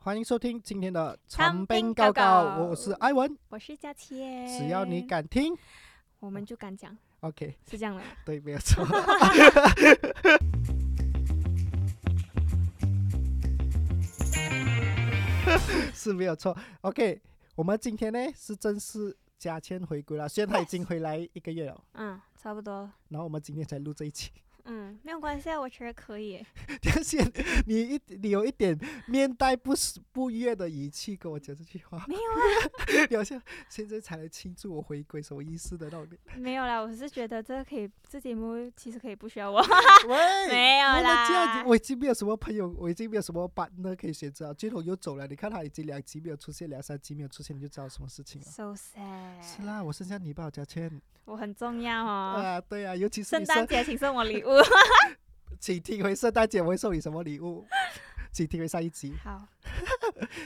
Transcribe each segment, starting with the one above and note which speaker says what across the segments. Speaker 1: 欢迎收听今天的
Speaker 2: 长
Speaker 1: 兵
Speaker 2: 兵哎
Speaker 1: 告
Speaker 2: 告
Speaker 1: 告，
Speaker 2: 告
Speaker 1: 我是艾文，
Speaker 2: 我是佳琪耶，
Speaker 1: 只要你，敢听
Speaker 2: 我们就敢讲，
Speaker 1: ，OK，
Speaker 2: 是这样的。
Speaker 1: 对，没有错。 是没有错，OK，我们今天呢是正式加签回归了，虽然他已经回来一个月了，
Speaker 2: 嗯，差不多了。
Speaker 1: 然后我们今天才录这一期，
Speaker 2: 嗯，没有关系，啊，我觉得可以耶。
Speaker 1: 但是你一你有一点面带不是不悦的语气跟我讲这句话，
Speaker 2: 没有
Speaker 1: 啊，你好像现在才来庆祝我回归，什么意思的那种？
Speaker 2: 没有啦，我是觉得这个可以，这节目其实可以不需要 我。
Speaker 1: 喂，
Speaker 2: 没有
Speaker 1: 不能这样
Speaker 2: 啦
Speaker 1: 子，我已经没有什么朋友，我已经没有什么 partner 可以选择了。俊宏又走了，你看他已经两集没有出现，两三集没有出现，你就知道什么事情了。
Speaker 2: so
Speaker 1: 是
Speaker 2: sad，
Speaker 1: 啦，我剩下你吧，我佳倩。
Speaker 2: 我很重要哎哦。
Speaker 1: 啊，对啊，尤其是
Speaker 2: 圣
Speaker 1: 你
Speaker 2: 诞
Speaker 1: 圣，
Speaker 2: 节请送我礼物。
Speaker 1: 请听回圣诞节我会送你什么礼物？请听回上一集。
Speaker 2: 好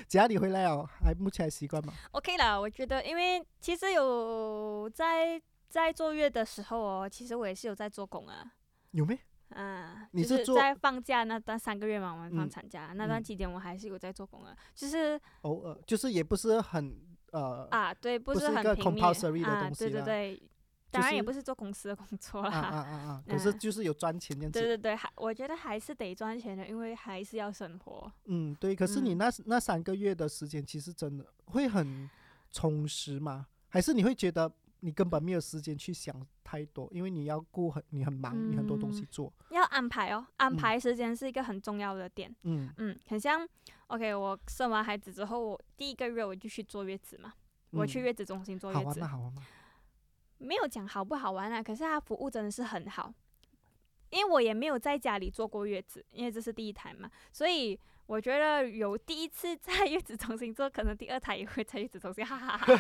Speaker 1: 只要你回来哦，还目前还习惯吗？
Speaker 2: ，OK 啦，我觉得，因为其实有在在坐月的时候哦，其实我也是有在做工啊。
Speaker 1: 有没？
Speaker 2: 嗯，
Speaker 1: 你
Speaker 2: 就是
Speaker 1: 做
Speaker 2: 在放假那段三个月嘛，我们
Speaker 1: 嗯
Speaker 2: 放产假、那段
Speaker 1: 嗯
Speaker 2: 期间，我还是有在做工啊，就是
Speaker 1: 偶尔，就是也不是很呃
Speaker 2: 啊，对，不
Speaker 1: 不是一
Speaker 2: 很
Speaker 1: 个
Speaker 2: 频密
Speaker 1: compulsory 的
Speaker 2: 啊，
Speaker 1: 东
Speaker 2: 对
Speaker 1: 西
Speaker 2: 对
Speaker 1: 啦
Speaker 2: 对，
Speaker 1: 就
Speaker 2: 当然也
Speaker 1: 是
Speaker 2: 不是做公司的工作
Speaker 1: 啊
Speaker 2: 啦，
Speaker 1: 啊啊 啊，可是
Speaker 2: 嗯
Speaker 1: 就是有赚钱这样
Speaker 2: 对
Speaker 1: 子。
Speaker 2: 对对，还我觉得还是得赚钱的，因为还是要生活。
Speaker 1: 嗯，对。可是你
Speaker 2: 嗯
Speaker 1: 那那三个月的时间，其实真的会很充实吗？还是你会觉得你根本没有时间去想太多，因为你要顾很，你很忙，你很多东西
Speaker 2: 嗯
Speaker 1: 做。
Speaker 2: 要安排哦，安
Speaker 1: 嗯
Speaker 2: 排时间是一个很重要的点。
Speaker 1: 嗯，
Speaker 2: 嗯，很像，OK，我生完孩子之后，我第一个月我就去坐月子嘛，我去
Speaker 1: 嗯
Speaker 2: 月子中心坐
Speaker 1: 好
Speaker 2: 月
Speaker 1: 玩
Speaker 2: 子
Speaker 1: 吗？，好玩吗？
Speaker 2: 没有讲好不好玩啊，可是它服务真的是很好，因为我也没有在家里坐过月子，因为这是第一胎嘛，所以我觉得有第一次在月子中心做，可能第二胎也会在月子中心，哈哈哈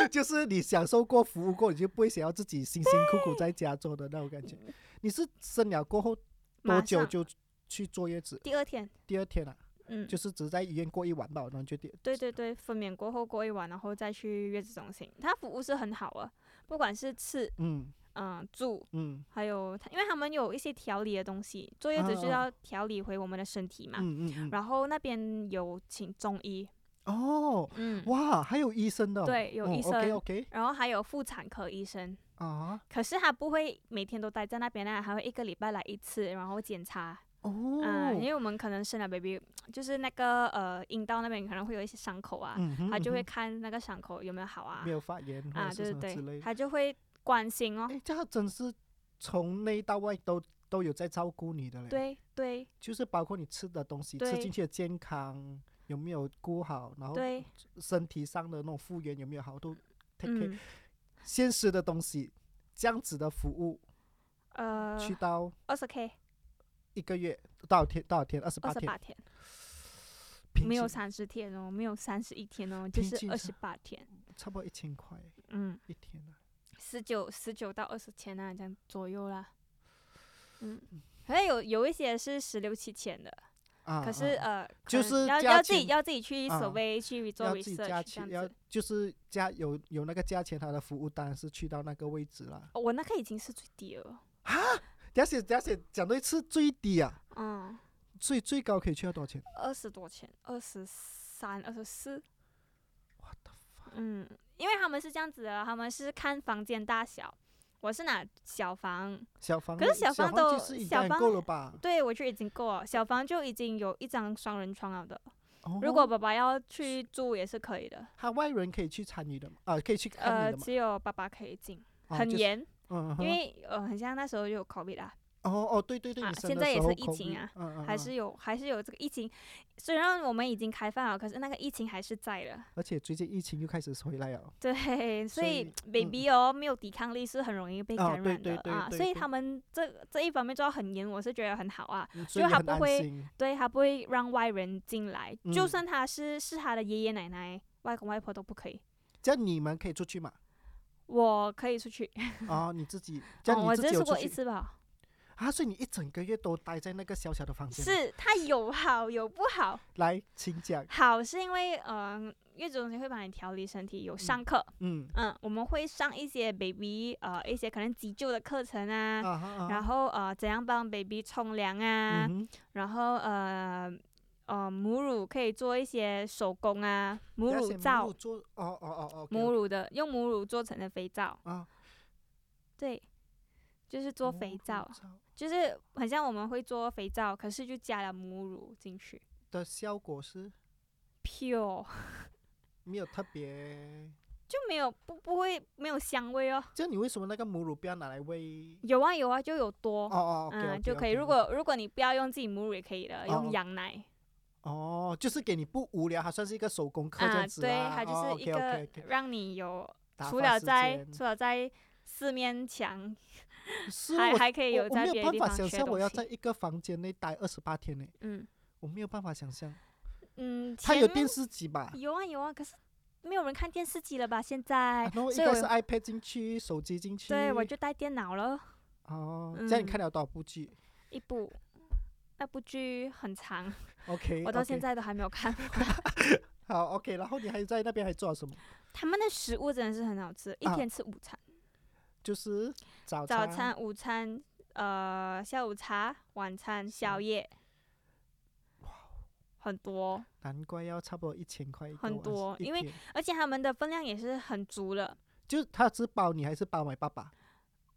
Speaker 1: 啊 就是你享受过、服务过，你就不会想要自己辛辛苦苦在家做的那种感觉。你是生了过后多
Speaker 2: 嗯马
Speaker 1: 久
Speaker 2: 上
Speaker 1: 就去坐月子？
Speaker 2: 第二天，
Speaker 1: 第二天啊，
Speaker 2: 嗯，
Speaker 1: 就是只在医院过一晚吧，然后就第
Speaker 2: 对对对，分娩过后过一晚，然后再去月子中心，它服务是很好啊，不管是吃，
Speaker 1: 嗯
Speaker 2: 嗯、住，
Speaker 1: 嗯
Speaker 2: 还有它，因为他们有一些调理的东西，坐月子就
Speaker 1: 啊啊
Speaker 2: 要调理回我们的身体嘛，
Speaker 1: 嗯嗯嗯。
Speaker 2: 啊然后那边有请中医，
Speaker 1: 哦，
Speaker 2: 嗯，
Speaker 1: 哇，还有医生的哦。
Speaker 2: 对有医
Speaker 1: OK
Speaker 2: 生
Speaker 1: OK
Speaker 2: 然后还有妇产科医生，
Speaker 1: 啊。
Speaker 2: 可是他不会每天都待在那边啊，还会一个礼拜来一次，然后检查。
Speaker 1: 哦，
Speaker 2: 嗯，因为我们可能生了 baby，就是那个呃阴道那边可能会有一些伤口啊，
Speaker 1: 嗯哼
Speaker 2: 他就会
Speaker 1: 嗯
Speaker 2: 看那个伤口有没有好啊
Speaker 1: 哼没，有发言或
Speaker 2: 啊
Speaker 1: 者是
Speaker 2: 对
Speaker 1: 什么
Speaker 2: 对
Speaker 1: 之
Speaker 2: 对，
Speaker 1: 类的。
Speaker 2: 他就会关心哦。
Speaker 1: 哎，这样真是从内到外都都有在照顾你的嘞。，
Speaker 2: 对对
Speaker 1: 就是包括你吃的东西，吃
Speaker 2: 对
Speaker 1: 进去的健康有没有顾好，然后
Speaker 2: 对，
Speaker 1: 身体上的那种复原有没有好，都 take care、
Speaker 2: 嗯
Speaker 1: 现实的东西，这样子的服务，
Speaker 2: 呃，
Speaker 1: 去到
Speaker 2: 二十 k
Speaker 1: 一个月多少天？多少天？二十
Speaker 2: 二
Speaker 1: 八
Speaker 2: 十
Speaker 1: 天
Speaker 2: 八。天，
Speaker 1: 平
Speaker 2: 没有
Speaker 1: 均
Speaker 2: 三十天哦，没有三十一天哦，就
Speaker 1: 平
Speaker 2: 是
Speaker 1: 均
Speaker 2: 二
Speaker 1: 是
Speaker 2: 十八天，
Speaker 1: 差不多一千块
Speaker 2: 嗯，
Speaker 1: 一天啊。
Speaker 2: 十九十九到二十千啊，这样左右啦。嗯，可是有有一些是十六七千的，
Speaker 1: 啊
Speaker 2: 可是
Speaker 1: 啊
Speaker 2: 呃，可
Speaker 1: 就
Speaker 2: 能
Speaker 1: 是
Speaker 2: 要
Speaker 1: 价
Speaker 2: 要自己
Speaker 1: 钱
Speaker 2: 要自己去
Speaker 1: 啊
Speaker 2: 所谓去做
Speaker 1: 要自己
Speaker 2: research 这
Speaker 1: 加
Speaker 2: 样
Speaker 1: 钱，要
Speaker 2: 子。
Speaker 1: 就是加有有那个价钱，它的服务当然是去到那个位置啦。
Speaker 2: 哦我那个已经是最低了，
Speaker 1: 而且而且讲到一次最低啊，
Speaker 2: 嗯，
Speaker 1: 最最高可以去到多少钱？
Speaker 2: 二十多钱，二十三、二十四。嗯，因为他们是这样子的，他们是看房间大小。我是拿小房，
Speaker 1: 小房
Speaker 2: 可是小
Speaker 1: 房
Speaker 2: 房都
Speaker 1: 就是已经
Speaker 2: 小
Speaker 1: 很
Speaker 2: 房
Speaker 1: 够了吧？
Speaker 2: 对我就已经够了，小房就已经有一张双人床了的。
Speaker 1: 哦
Speaker 2: 如果爸爸要去住也是可以的，
Speaker 1: 他外人可以去参与的嘛，啊，可以去看你
Speaker 2: 呃，
Speaker 1: 的嘛，
Speaker 2: 只有爸爸可以进，
Speaker 1: 啊
Speaker 2: 很
Speaker 1: 就是
Speaker 2: 严，
Speaker 1: 嗯，
Speaker 2: 因
Speaker 1: 嗯
Speaker 2: 为呃，很像那时候就有 COVID 啦，
Speaker 1: 哦哦，对对对，
Speaker 2: 啊
Speaker 1: 你生
Speaker 2: 现
Speaker 1: 的
Speaker 2: 在也
Speaker 1: 时候
Speaker 2: 是疫情
Speaker 1: COVID，
Speaker 2: 啊
Speaker 1: 嗯嗯，
Speaker 2: 还
Speaker 1: 嗯
Speaker 2: 是有还是有这个疫情，虽然我们已经开放了，可是那个疫情还是在的。
Speaker 1: 而且最近疫情又开始回来了，
Speaker 2: 对，所
Speaker 1: 所
Speaker 2: 以
Speaker 1: 以
Speaker 2: baby 哦、没有抵抗力是很容易被
Speaker 1: 啊
Speaker 2: 感
Speaker 1: 对
Speaker 2: 染
Speaker 1: 对
Speaker 2: 的
Speaker 1: 对对
Speaker 2: 所以
Speaker 1: 对
Speaker 2: 他们这这一方面做到很严，我是觉得很好啊。
Speaker 1: 嗯所以
Speaker 2: 就
Speaker 1: 你
Speaker 2: 他
Speaker 1: 很
Speaker 2: 不
Speaker 1: 安
Speaker 2: 会
Speaker 1: 心
Speaker 2: 对他不会让外人进来，就
Speaker 1: 嗯
Speaker 2: 算他是是他的爷爷奶奶、外公外婆都不可以。
Speaker 1: 这样你们可以出去嘛？
Speaker 2: 我可以出去，
Speaker 1: 啊，你自己，这
Speaker 2: 哦，
Speaker 1: 样
Speaker 2: 我
Speaker 1: 你自
Speaker 2: 只
Speaker 1: 己
Speaker 2: 是
Speaker 1: 有
Speaker 2: 出
Speaker 1: 出
Speaker 2: 过一
Speaker 1: 去
Speaker 2: 次吧。
Speaker 1: 啊，所以你一整个月都待在那个小小的房间里，
Speaker 2: 是它有好有不好，
Speaker 1: 来，请讲，
Speaker 2: 好是因为嗯、呃，月子中心会帮你调理身体，有上课，
Speaker 1: 嗯，
Speaker 2: 嗯，我们会上一些 baby 呃一些可能急救的课程啊，
Speaker 1: 哦啊哈啊哈，嗯
Speaker 2: 嗯然后呃怎样帮 baby 冲凉啊，
Speaker 1: 嗯哼
Speaker 2: 然后呃呃母乳可以做一些手工啊，母
Speaker 1: 等下
Speaker 2: 乳
Speaker 1: 先
Speaker 2: 皂
Speaker 1: 母乳，做哦哦哦哦，
Speaker 2: 母乳的用母乳做成的肥皂，
Speaker 1: 啊，
Speaker 2: 对，就是做
Speaker 1: 母
Speaker 2: 肥
Speaker 1: 乳
Speaker 2: 皂，就是很像我们会做肥皂，可是就加了母乳进去
Speaker 1: 的效果是
Speaker 2: ，pure
Speaker 1: 没有特别。
Speaker 2: 就没有不不会没有香味哦。
Speaker 1: 这样你为什么那个母乳不要拿来喂？
Speaker 2: 有啊有啊，就有多
Speaker 1: 哦，哦，
Speaker 2: 嗯
Speaker 1: OK，OK，OK，
Speaker 2: 就可以。如
Speaker 1: OK，OK
Speaker 2: 果如果你不要用自己母乳也可以的，
Speaker 1: 哦
Speaker 2: 用
Speaker 1: 哦
Speaker 2: 羊奶。嗯
Speaker 1: 哦，就是给你不无聊，它算是一个手工课这
Speaker 2: 啊，
Speaker 1: 样子哦
Speaker 2: 对，它就是一个
Speaker 1: o k
Speaker 2: 让你有除了在除了在四面墙，
Speaker 1: 是
Speaker 2: 还
Speaker 1: 我
Speaker 2: 还可以
Speaker 1: 我
Speaker 2: 有
Speaker 1: 我没
Speaker 2: 在
Speaker 1: 有
Speaker 2: 别的
Speaker 1: 办
Speaker 2: 地
Speaker 1: 法
Speaker 2: 方
Speaker 1: 想
Speaker 2: 学
Speaker 1: 象
Speaker 2: 东
Speaker 1: 我要
Speaker 2: 西
Speaker 1: 在一个房间内待二十八天呢，
Speaker 2: 嗯
Speaker 1: 我没有办法想象。
Speaker 2: 嗯，
Speaker 1: 它
Speaker 2: 前
Speaker 1: 有电视机吧？
Speaker 2: 有啊有啊，可是没有人看电视机了吧？现在
Speaker 1: 啊，然后应
Speaker 2: 所以
Speaker 1: 该
Speaker 2: 我
Speaker 1: 是
Speaker 2: 有
Speaker 1: iPad 进去，手机进去。
Speaker 2: 对我就嗯带电脑了，
Speaker 1: 哦，这样你看了多少部剧
Speaker 2: 一部那部剧很长，
Speaker 1: ？OK，
Speaker 2: 我到现
Speaker 1: OK
Speaker 2: 在都还没有看。
Speaker 1: 好 OK，然后你还在那边还做了什么？
Speaker 2: 他们的食物真的是很好吃，一
Speaker 1: 啊
Speaker 2: 天吃午餐、
Speaker 1: 就是早
Speaker 2: 早
Speaker 1: 餐，
Speaker 2: 餐、午餐、呃下午茶、晚餐、宵夜，
Speaker 1: 哦
Speaker 2: 很多。
Speaker 1: 难怪要差不多一千块一个
Speaker 2: 很
Speaker 1: 晚
Speaker 2: 多
Speaker 1: 一
Speaker 2: 因为
Speaker 1: 天
Speaker 2: 而且他们的分量也是很足了，
Speaker 1: 就是他是包你还是包买爸爸？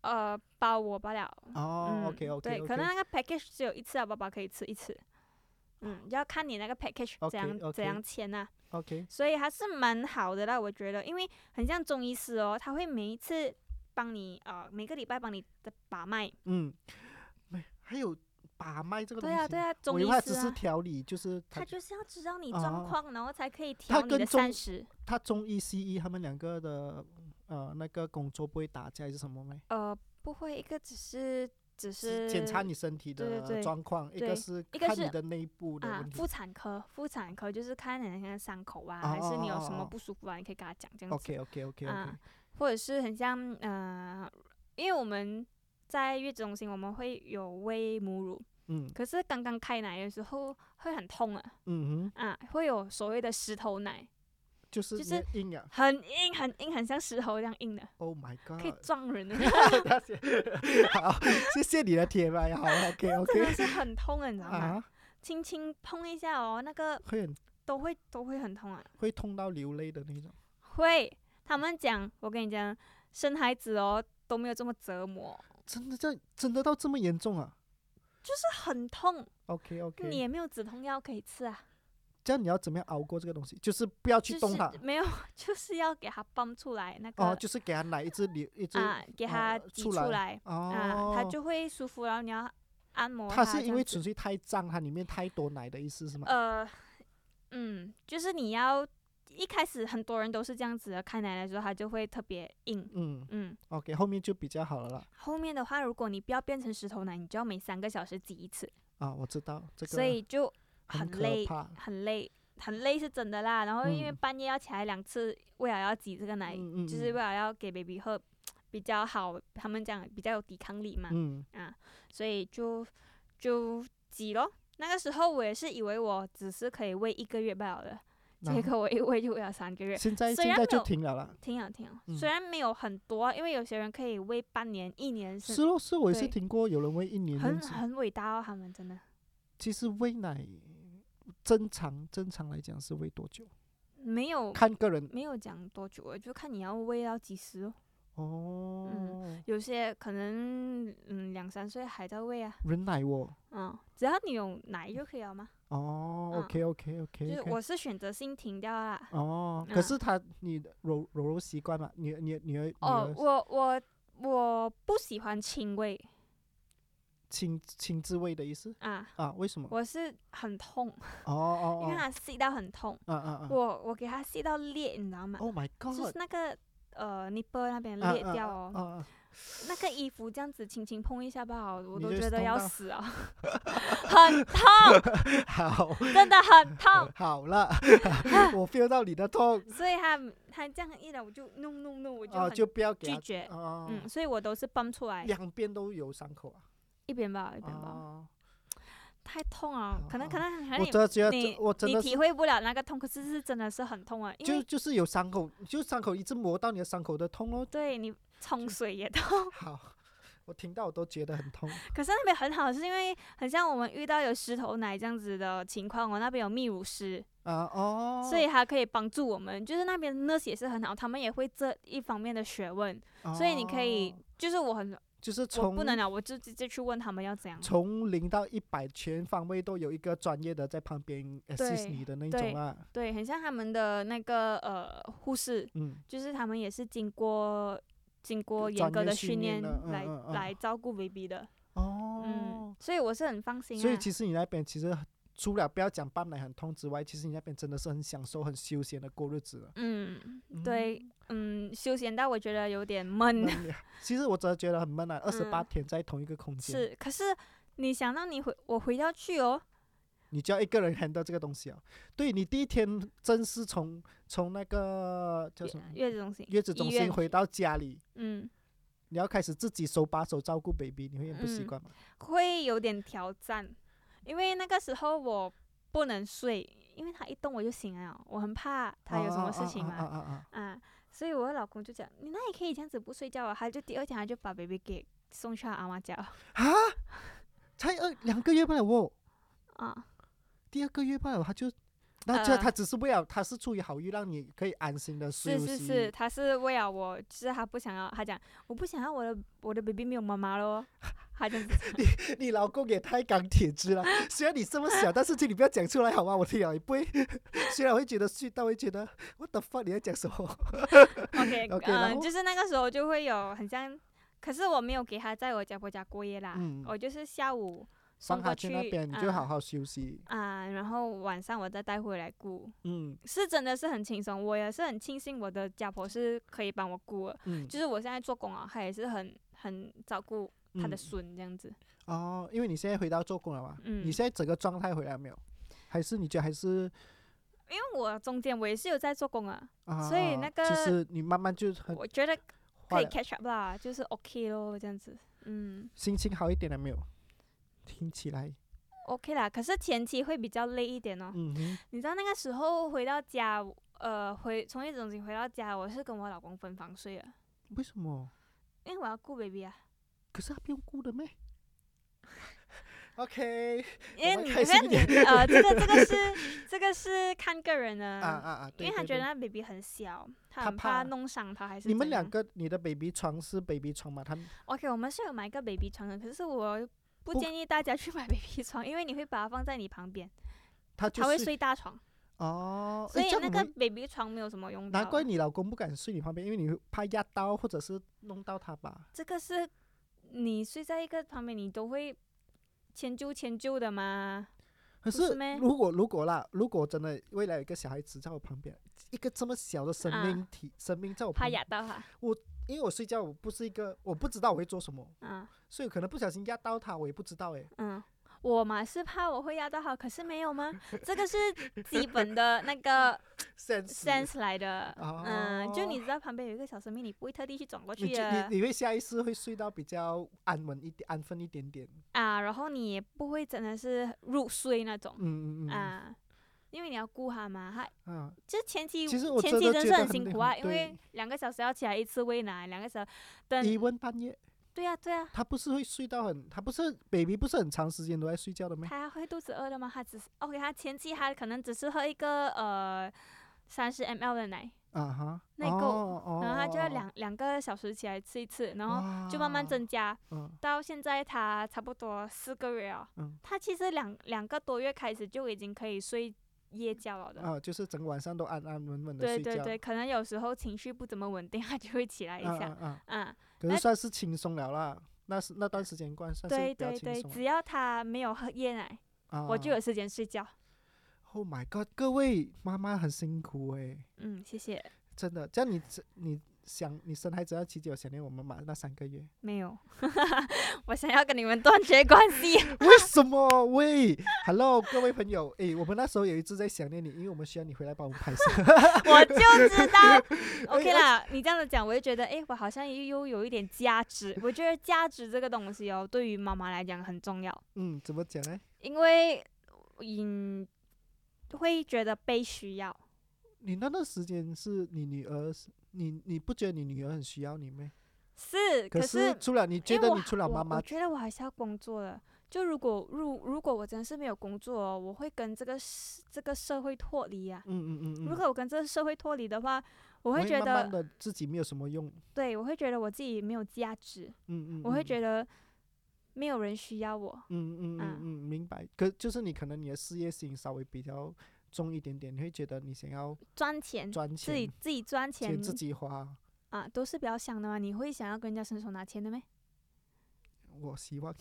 Speaker 2: 呃，包我罢了。
Speaker 1: 哦，OK
Speaker 2: 嗯
Speaker 1: OK，
Speaker 2: 对，可能那个 package 只有一次啊，爸爸可以吃一次。嗯，要看你那个 package 怎样
Speaker 1: OK，OK
Speaker 2: 怎样签啊，
Speaker 1: OK
Speaker 2: 所以还是蛮好的啦，我觉得，因为很像中医师哦，他会每一次帮你呃，每个礼拜帮你的把脉。
Speaker 1: 嗯，没还有把脉这个东
Speaker 2: 对
Speaker 1: 西，
Speaker 2: 啊，对啊，
Speaker 1: 我
Speaker 2: 中
Speaker 1: 以
Speaker 2: 医
Speaker 1: 为他
Speaker 2: 师
Speaker 1: 只是
Speaker 2: 啊，
Speaker 1: 调理，就是
Speaker 2: 他
Speaker 1: 他
Speaker 2: 就是要知道你
Speaker 1: 啊
Speaker 2: 状况，然后才可以调你
Speaker 1: 跟
Speaker 2: 的
Speaker 1: 中
Speaker 2: 膳食。
Speaker 1: 他中医西医他们两个的呃那个工作不会打架还是什么吗？
Speaker 2: 呃，不会，一个只是只是
Speaker 1: 检查你身体
Speaker 2: 对对
Speaker 1: 的
Speaker 2: 对
Speaker 1: 状况，一
Speaker 2: 对
Speaker 1: 个是
Speaker 2: 一个
Speaker 1: 看
Speaker 2: 是
Speaker 1: 你的内部的
Speaker 2: 啊
Speaker 1: 问，题
Speaker 2: 妇。产科，妇产科就是看你那个伤口啊，
Speaker 1: 哦
Speaker 2: 还是你有
Speaker 1: 哦
Speaker 2: 什
Speaker 1: 哦
Speaker 2: 么
Speaker 1: 哦
Speaker 2: 不舒服啊，你可以跟他讲这样子
Speaker 1: OK OK OK OK，
Speaker 2: 啊或者是很像呃，因为我们在月子中心我们会有喂母乳，
Speaker 1: 嗯
Speaker 2: 可是刚刚开奶的时候会很痛啊，
Speaker 1: 嗯哼，
Speaker 2: 啊，会有所谓的石头奶，
Speaker 1: 就是
Speaker 2: 就
Speaker 1: 你
Speaker 2: 是
Speaker 1: 的阴阳。
Speaker 2: 很硬很硬，很像石头一样硬的，
Speaker 1: Oh my
Speaker 2: 可以
Speaker 1: god！
Speaker 2: 撞 人的，
Speaker 1: 那些好，谢谢你的铁麦， 好 OK
Speaker 2: 真的
Speaker 1: OK
Speaker 2: 是很痛的，你知道吗？
Speaker 1: 啊，
Speaker 2: 轻轻碰一下哦，那个
Speaker 1: 会很
Speaker 2: 都会都会很痛啊，
Speaker 1: 会痛到流泪的那种。
Speaker 2: 会。他们讲，我跟你讲，生孩子哦都没有这么折磨。
Speaker 1: 真的这真的到这么严重啊
Speaker 2: 就是很痛，
Speaker 1: ？OK
Speaker 2: 你
Speaker 1: OK，
Speaker 2: 也没有止痛药可以吃啊，
Speaker 1: 这样你要怎么样熬过这个东西？就是不要去
Speaker 2: 就
Speaker 1: 动它
Speaker 2: 是没有， 就是要给它泵出来那个、
Speaker 1: 哦，就是给它奶一直流一直
Speaker 2: 啊，给它
Speaker 1: 哦
Speaker 2: 挤
Speaker 1: 出
Speaker 2: 出
Speaker 1: 来
Speaker 2: 来啊，
Speaker 1: 哦，
Speaker 2: 它就会舒服，然后你要按摩
Speaker 1: 它
Speaker 2: 这
Speaker 1: 是因
Speaker 2: 样
Speaker 1: 为
Speaker 2: 子
Speaker 1: 纯粹太胀，它里面太多奶的意思是吗？
Speaker 2: 呃，嗯，就是你要一开始很多人都是这样子的，开奶的时候它就会特别硬，
Speaker 1: 嗯
Speaker 2: 嗯，
Speaker 1: ，OK，后面就比较好了啦。
Speaker 2: 后面的话如果你不要变成石头奶，你就要每三个小时挤一次，
Speaker 1: 啊，我知道这个，
Speaker 2: 所以就
Speaker 1: 很
Speaker 2: 很
Speaker 1: 可
Speaker 2: 累，
Speaker 1: 怕
Speaker 2: 很累，很累是真的啦。然后因为
Speaker 1: 嗯
Speaker 2: 半夜要起来两次，为了要挤这个奶，
Speaker 1: 嗯嗯
Speaker 2: 就是
Speaker 1: 嗯
Speaker 2: 为了要给 baby 喝比较好，他们讲比较有抵抗力嘛，啊
Speaker 1: 嗯
Speaker 2: 所以就就挤咯。那个时候我也是以为我只是可以喂一个月罢了的，
Speaker 1: 然
Speaker 2: 结
Speaker 1: 后
Speaker 2: 果我一喂就喂了三个月。
Speaker 1: 现在
Speaker 2: 虽
Speaker 1: 现
Speaker 2: 然
Speaker 1: 在
Speaker 2: 没
Speaker 1: 就
Speaker 2: 有
Speaker 1: 停了啦。
Speaker 2: 挺好挺好，
Speaker 1: 嗯
Speaker 2: 啊虽然没有很多，因为有些人可以喂半年、一年
Speaker 1: 是咯，是我也是
Speaker 2: 对
Speaker 1: 听过有人喂一年这样
Speaker 2: 很
Speaker 1: 子。
Speaker 2: 很伟大哦，他们真的，
Speaker 1: 其实喂奶正常正常来讲是喂多久？
Speaker 2: 没有
Speaker 1: 看个人
Speaker 2: 没有讲多久了，就看你要喂到几时哦。
Speaker 1: 哦。
Speaker 2: 有些可能嗯两三岁还在喂啊，
Speaker 1: 人奶我
Speaker 2: 嗯，只要你有奶就可以了吗？
Speaker 1: 哦、
Speaker 2: 嗯
Speaker 1: o k OK OK，,
Speaker 2: 就是
Speaker 1: OK
Speaker 2: 我是选择性停掉啦。
Speaker 1: 哦，
Speaker 2: 啊
Speaker 1: 可是他你的柔柔柔习惯嘛，你你你儿
Speaker 2: 哦
Speaker 1: 你，儿
Speaker 2: 我我我不喜欢亲喂
Speaker 1: 亲亲自喂的意思
Speaker 2: 啊，
Speaker 1: 啊？为什么？哦
Speaker 2: 我是很痛，
Speaker 1: 哦
Speaker 2: 因为
Speaker 1: 哦，
Speaker 2: 它吸到很痛，
Speaker 1: 啊啊啊
Speaker 2: 我我给它吸到裂，你知道吗？
Speaker 1: ！Oh my
Speaker 2: 就是
Speaker 1: God！
Speaker 2: 那个呃 n i p p 那边
Speaker 1: 啊
Speaker 2: 裂
Speaker 1: 啊
Speaker 2: 掉
Speaker 1: 啊
Speaker 2: 哦，
Speaker 1: 啊啊
Speaker 2: 那个衣服这样子轻轻碰一下吧，我
Speaker 1: 你
Speaker 2: 都
Speaker 1: 就
Speaker 2: 觉得
Speaker 1: 痛
Speaker 2: 要
Speaker 1: 到
Speaker 2: 死啊， 很痛，
Speaker 1: 好
Speaker 2: 真的 很痛，
Speaker 1: 好了，我 feel 到你的痛
Speaker 2: 所以它它这样一来我就 no no no，我就
Speaker 1: 啊，
Speaker 2: 很
Speaker 1: 就不要给
Speaker 2: 拒
Speaker 1: 他
Speaker 2: 绝，
Speaker 1: 哦，
Speaker 2: 嗯，所以我都是蹦出来
Speaker 1: 两边都有伤口啊。
Speaker 2: 一边吧，一边哎吧，
Speaker 1: 哦，
Speaker 2: 太痛了，可能可
Speaker 1: 哦
Speaker 2: 能可能
Speaker 1: 我
Speaker 2: 你
Speaker 1: 真的觉
Speaker 2: 你
Speaker 1: 得我真
Speaker 2: 你
Speaker 1: 的
Speaker 2: 体
Speaker 1: 是
Speaker 2: 会不了那个痛，可是是真的是很痛啊，因
Speaker 1: 就
Speaker 2: 为
Speaker 1: 就是有伤口，就伤口一直磨到你的伤口的痛哦。
Speaker 2: 对你冲水也痛，
Speaker 1: 好 我听到我都觉得很痛。
Speaker 2: 可是那边很好，是因为很像我们遇到有石头奶这样子的情况，我那边有泌乳师，
Speaker 1: 啊哦，
Speaker 2: 所以他可以帮助我们。就是那边 nurse 也是很好，他们也会这一方面的学问，所以你可以
Speaker 1: 哦，
Speaker 2: 就是我很
Speaker 1: 就是
Speaker 2: 我
Speaker 1: 从
Speaker 2: 不能了，我就直接去问他们要怎样。
Speaker 1: 从零到一百，全方位都有一个专业的在旁边 assist
Speaker 2: 对
Speaker 1: 你的那
Speaker 2: 对
Speaker 1: 种啊，
Speaker 2: 对，很像他们的那个呃护士，
Speaker 1: 嗯，
Speaker 2: 就是他们也是经过经过严
Speaker 1: 专
Speaker 2: 格
Speaker 1: 业
Speaker 2: 的
Speaker 1: 训
Speaker 2: 训
Speaker 1: 练
Speaker 2: 练
Speaker 1: 的嗯
Speaker 2: 来
Speaker 1: 嗯嗯
Speaker 2: 来照顾 baby 的，嗯
Speaker 1: 哦，，
Speaker 2: 所以我是很放心啊。
Speaker 1: 所以其实你那边其实除了不要讲ปั๊奶很痛之外，其实你那边真的是很享受、很休闲的过日子了。
Speaker 2: 嗯，
Speaker 1: 嗯
Speaker 2: 对，嗯，休闲到我觉得有点闷，
Speaker 1: 闷呀 其实我真的觉得很闷啊，二十八
Speaker 2: 嗯
Speaker 1: 天在同一个空间，
Speaker 2: 是，可是你想到你回我回到去哦，
Speaker 1: 你就要一个人 handle 这个东西啊。对你第一天真是从从那个叫什么
Speaker 2: 月子中心，
Speaker 1: 月子中
Speaker 2: 医院
Speaker 1: 心回到家里，
Speaker 2: 嗯，
Speaker 1: 你要开始自己手把手照顾 baby，你会很不习
Speaker 2: 嗯
Speaker 1: 惯吗？
Speaker 2: 会有点挑战，因为那个时候我不能睡，因为他一动我就醒了，我很怕他有什么事情
Speaker 1: 啊啊啊
Speaker 2: 嘛，
Speaker 1: 啊啊啊！
Speaker 2: 啊，所以我的老公就讲，你那也可以这样子不睡觉啊，他就第二天他就把 baby 给送去他阿妈家了
Speaker 1: 啊才二两个月半了哦，
Speaker 2: 啊，
Speaker 1: 第二个月半了他就。那这
Speaker 2: 呃
Speaker 1: 他只是为了，他是出于好意，让你可以安心的休
Speaker 2: 是
Speaker 1: 息。
Speaker 2: 是是，他是为了我，就是他不想要，他讲我不想要我的我的 baby 没有妈妈咯，他这样子讲。
Speaker 1: 你老公也太钢铁直了。 虽然你这么小，但是请你不要讲出来好吗？我听了也不会， 虽然我会觉得絮，但我会觉得 what the fuck 你在讲什 么？
Speaker 2: OK，
Speaker 1: OK，然
Speaker 2: 嗯，
Speaker 1: 后
Speaker 2: 就是那个时候就会有很像，可是我没有给他在我家婆家过夜啦，
Speaker 1: 嗯
Speaker 2: 我就是下午送
Speaker 1: 放
Speaker 2: 过
Speaker 1: 他去那边，你就好好休息。
Speaker 2: 啊啊，然后晚上我再带回来顾，
Speaker 1: 嗯
Speaker 2: 是真的是很轻松，我也是很庆幸我的家婆是可以帮我顾的，
Speaker 1: 嗯，
Speaker 2: 就是我现在做工啊，她也是很很照顾她的
Speaker 1: 嗯
Speaker 2: 孙这样子，
Speaker 1: 哦，因为你现在回到做工了嘛，
Speaker 2: 嗯
Speaker 1: 你现在整个状态回来没有？还是你觉得还是
Speaker 2: 因为我中间我也是有在做工啊，
Speaker 1: 啊？
Speaker 2: 所以那
Speaker 1: 其
Speaker 2: 个
Speaker 1: 实你慢慢就很
Speaker 2: 我觉得
Speaker 1: 坏
Speaker 2: 可以
Speaker 1: 了，
Speaker 2: catch up 啦，就是 OK 咯这样子，嗯
Speaker 1: 心情好一点了没有？听起来，
Speaker 2: ，OK 啦，可是前期会比较累一点哦。
Speaker 1: 嗯哼，
Speaker 2: 你知道那个时候回到家，呃，回从月子中心回到家，我是跟我老公分房睡的，啊
Speaker 1: 为什么？
Speaker 2: 因为我要顾 baby 啊。
Speaker 1: 可是他不用顾的 咩 ？OK，
Speaker 2: 因为
Speaker 1: 我们
Speaker 2: 你因
Speaker 1: 开心一
Speaker 2: 为你呃，这 个这个是这个是看个人的，
Speaker 1: 啊啊啊！对
Speaker 2: 嗯因为他
Speaker 1: 对
Speaker 2: 觉
Speaker 1: 对
Speaker 2: 得那 baby 很小，他
Speaker 1: 他
Speaker 2: 很
Speaker 1: 怕
Speaker 2: 怕弄伤他还是
Speaker 1: 你们
Speaker 2: 怎
Speaker 1: 两
Speaker 2: 样
Speaker 1: 个，你的 baby 床是 baby 床嘛？他们
Speaker 2: OK，我们是有买一个 baby 床的，可是我不
Speaker 1: 不
Speaker 2: 建议大家去买 baby 床，因为你会把它放在你旁边，
Speaker 1: 他就
Speaker 2: 他会
Speaker 1: 睡
Speaker 2: 睡大床，
Speaker 1: 哦，
Speaker 2: 所
Speaker 1: 诶
Speaker 2: 以
Speaker 1: 这样
Speaker 2: 那
Speaker 1: 我
Speaker 2: 个
Speaker 1: 们
Speaker 2: baby 床没有什么用到。
Speaker 1: 难怪你老公不敢睡你旁边，因为你会怕压到或者是弄到他吧？
Speaker 2: 这个是你睡在一个旁边，你都会迁就迁就的嘛。
Speaker 1: 可
Speaker 2: 不是咩
Speaker 1: 如果如果啦，如果真的未来有一个小孩子在我旁边，一个这么小的生
Speaker 2: 啊
Speaker 1: 命体、生命在我
Speaker 2: 怕
Speaker 1: 旁
Speaker 2: 压
Speaker 1: 边，
Speaker 2: 到他，
Speaker 1: 因为我睡觉我不是一个，我不知道我会做什么，
Speaker 2: 嗯
Speaker 1: 所以可能不小心压到他，我也不知道诶。
Speaker 2: 嗯，我嘛是怕我会压到他，可是没有吗？这个是基本的 那个
Speaker 1: sense
Speaker 2: sense 来的，嗯，就你知道旁边有一个小生命，你不会特地去转过
Speaker 1: 哦你
Speaker 2: 去
Speaker 1: 就
Speaker 2: 的
Speaker 1: 你你会下意识会睡到比较安稳一点、安分一点点，
Speaker 2: 啊，然后你也不会真的是入睡那种
Speaker 1: 嗯嗯嗯
Speaker 2: 啊，因为你要顾他嘛，他
Speaker 1: 嗯，
Speaker 2: 就前期
Speaker 1: 其实我
Speaker 2: 前
Speaker 1: 真
Speaker 2: 期
Speaker 1: 的
Speaker 2: 真
Speaker 1: 觉
Speaker 2: 是
Speaker 1: 得
Speaker 2: 很
Speaker 1: 很
Speaker 2: 辛
Speaker 1: 累
Speaker 2: 苦啊，
Speaker 1: 很
Speaker 2: 因为两个小时要起来一次喂奶，两个小时等，
Speaker 1: 一问半夜。
Speaker 2: 对呀对呀，
Speaker 1: 他不是会睡到很，他不是 baby 不是很长时间都在睡觉的吗？
Speaker 2: 他会肚子饿的吗？他只是哦 OK，他前期他可能只是喝一个呃三十 ml 的奶，
Speaker 1: 啊哈，
Speaker 2: 内购
Speaker 1: 哦哦、
Speaker 2: 然后他就要
Speaker 1: 哦，
Speaker 2: 两两个小时起来吃一次，然后
Speaker 1: 后
Speaker 2: 就慢慢，增加，
Speaker 1: 嗯
Speaker 2: 到现在他差不多四个月哦。
Speaker 1: 嗯
Speaker 2: 他其实两两个多月开始就已经可以睡夜觉了的。
Speaker 1: 啊，就是整个晚上都安安稳稳的
Speaker 2: 对
Speaker 1: 睡觉，
Speaker 2: 对对，可能有时候情绪不怎么稳定，他就会起来一
Speaker 1: 啊
Speaker 2: 下。
Speaker 1: 啊啊，
Speaker 2: 嗯，
Speaker 1: 可
Speaker 2: 那
Speaker 1: 是算是轻松了啦，那是那段时间关算
Speaker 2: 对
Speaker 1: 是比较
Speaker 2: 对对，
Speaker 1: 轻松
Speaker 2: 只
Speaker 1: 了。
Speaker 2: 要他没有喝夜奶，
Speaker 1: 啊
Speaker 2: 我就有时间睡觉。
Speaker 1: ，Oh my God，各位妈妈很辛苦诶、
Speaker 2: 嗯，谢谢。
Speaker 1: 真的，这样你你想你生孩子那期间有想念我们吗？那三个月？
Speaker 2: 没有，我想要跟你们断绝关系。
Speaker 1: 为什么？喂，Hello，各位朋友，诶，我们那时候有一直在想念你，因为我们需要你回来帮我们拍摄。
Speaker 2: 我就 知道，OK
Speaker 1: 哎
Speaker 2: 啦，你这样子讲，我就觉得，哎、我好像又又有一点价值。我觉得价值这个东西哦，对于妈妈来讲很重要，
Speaker 1: 嗯，怎么讲呢？
Speaker 2: 因为嗯会觉得被需要。
Speaker 1: 你那段时间是你女儿是，你你不觉得你女儿很需要你吗？
Speaker 2: 是，
Speaker 1: 可
Speaker 2: 是
Speaker 1: 除了你觉
Speaker 2: 因为
Speaker 1: 得
Speaker 2: 我
Speaker 1: 你除了
Speaker 2: 我
Speaker 1: 妈妈
Speaker 2: 我，觉得我还是要工作的。就如果如如果我真是没有工作、哦，我会跟这个社这个社会脱离啊。
Speaker 1: 嗯嗯嗯嗯，
Speaker 2: 如果我跟这个社会脱离的话，我
Speaker 1: 我
Speaker 2: 会觉得，
Speaker 1: 慢慢的自己没有什么用，
Speaker 2: 对我会觉得我自己没有价值，
Speaker 1: 嗯嗯，
Speaker 2: 我会
Speaker 1: 得，
Speaker 2: 觉得没有人需要我。
Speaker 1: 嗯嗯嗯
Speaker 2: 啊
Speaker 1: 嗯，明白。可就是你可能你的事业心稍微比较重一点点，你会觉得你想要
Speaker 2: 赚钱，
Speaker 1: 赚
Speaker 2: 嗯自己
Speaker 1: 钱，
Speaker 2: 自己赚钱
Speaker 1: 钱自己花。
Speaker 2: 啊，都是比较想的嘛。你会想要跟人家伸手拿钱的没？
Speaker 1: 我希望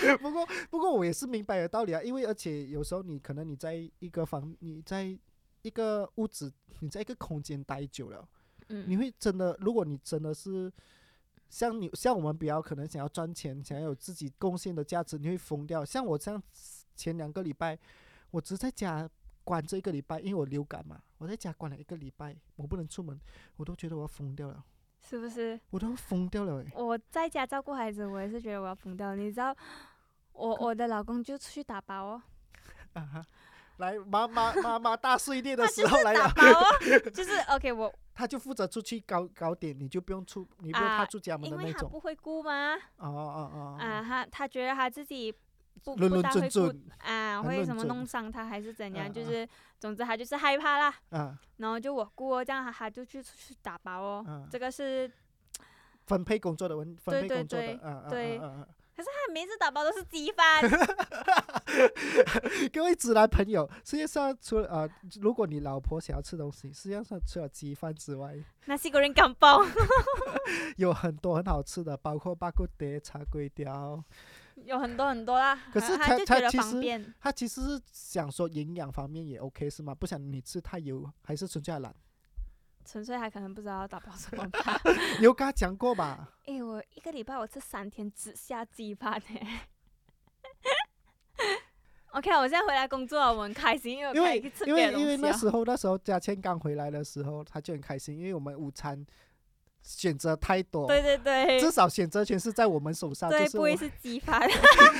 Speaker 1: 有，不过不过我也是明白有道理啊，因为而且有时候你可能你在一个房，你在一个屋子，你在一个空间待久了，你
Speaker 2: 嗯，
Speaker 1: 会真的，如果你真的是像你像我们比较可能想要赚钱，想要有自己贡献的价值，你会疯掉。像我这样，前两个礼拜我只在家关这一个礼拜，因为我流感嘛，我在家关了一个礼拜，我不能出门，我都觉得我要疯掉了，
Speaker 2: 是不是？
Speaker 1: 我都要疯掉了诶、欸
Speaker 2: 我在家照顾孩子，我也是觉得我要疯掉。你知道，我我的老公就出去打包哦，
Speaker 1: 啊哈， 来妈妈妈妈大碎裂的
Speaker 2: 他
Speaker 1: 时
Speaker 2: 就
Speaker 1: 候
Speaker 2: 是
Speaker 1: 来
Speaker 2: 打
Speaker 1: 了，
Speaker 2: 包 哦，就是 OK，我
Speaker 1: 他就负责出去搞搞点，你就不用出，你不用
Speaker 2: 啊
Speaker 1: 踏出家门的
Speaker 2: 因
Speaker 1: 那
Speaker 2: 为他
Speaker 1: 种。
Speaker 2: 不会顾嘛，
Speaker 1: 哦哦哦，
Speaker 2: 啊，他他觉得他自己不
Speaker 1: 论
Speaker 2: 不
Speaker 1: 论
Speaker 2: 大会
Speaker 1: 真
Speaker 2: 顾
Speaker 1: 真
Speaker 2: 啊，
Speaker 1: 很
Speaker 2: 会
Speaker 1: 论
Speaker 2: 什么
Speaker 1: 证
Speaker 2: 弄伤他还是怎样，
Speaker 1: 啊
Speaker 2: 就
Speaker 1: 啊
Speaker 2: 是总之他就是害怕啦，
Speaker 1: 啊
Speaker 2: 然后就我顾哦，这样他他就去出去打包哦，
Speaker 1: 啊，
Speaker 2: 这个是
Speaker 1: 分配工作的问，分
Speaker 2: 对
Speaker 1: 配
Speaker 2: 对
Speaker 1: 工作
Speaker 2: 对
Speaker 1: 的，啊啊
Speaker 2: 对
Speaker 1: 啊 啊
Speaker 2: 他每次打包都是鸡饭，
Speaker 1: 啊！各位直男朋友，实际上除了啊，如果你老婆想要吃东西，实际上除了鸡饭之外，
Speaker 2: 那是一个人敢包，
Speaker 1: 有很多很好吃的，包括八姑爹、茶龟雕。
Speaker 2: 有很多很多啦，
Speaker 1: 可是
Speaker 2: 他
Speaker 1: 他
Speaker 2: 就
Speaker 1: 他
Speaker 2: 觉得
Speaker 1: 其
Speaker 2: 方
Speaker 1: 实
Speaker 2: 便，
Speaker 1: 他其实是想说营养方面也 OK 是吗？不想你吃太油，还是纯粹懒？
Speaker 2: 纯粹他可能不知道打包什么吧。
Speaker 1: 有跟他讲过吧？
Speaker 2: 诶，我一个礼拜我吃三天只下鸡饭呢、OK，啊我现在回来工作，我很开心，因为我
Speaker 1: 因
Speaker 2: 可
Speaker 1: 为
Speaker 2: 以吃
Speaker 1: 因
Speaker 2: 别
Speaker 1: 为
Speaker 2: 的
Speaker 1: 因为
Speaker 2: 东西
Speaker 1: 那
Speaker 2: 啊。
Speaker 1: 时候那时候佳倩刚回来的时候，她就很开心，因为我们午餐选择太多，
Speaker 2: 对对对，
Speaker 1: 至少选择权是在我们手上，就
Speaker 2: 对，
Speaker 1: 是我
Speaker 2: 不会是鸡饭。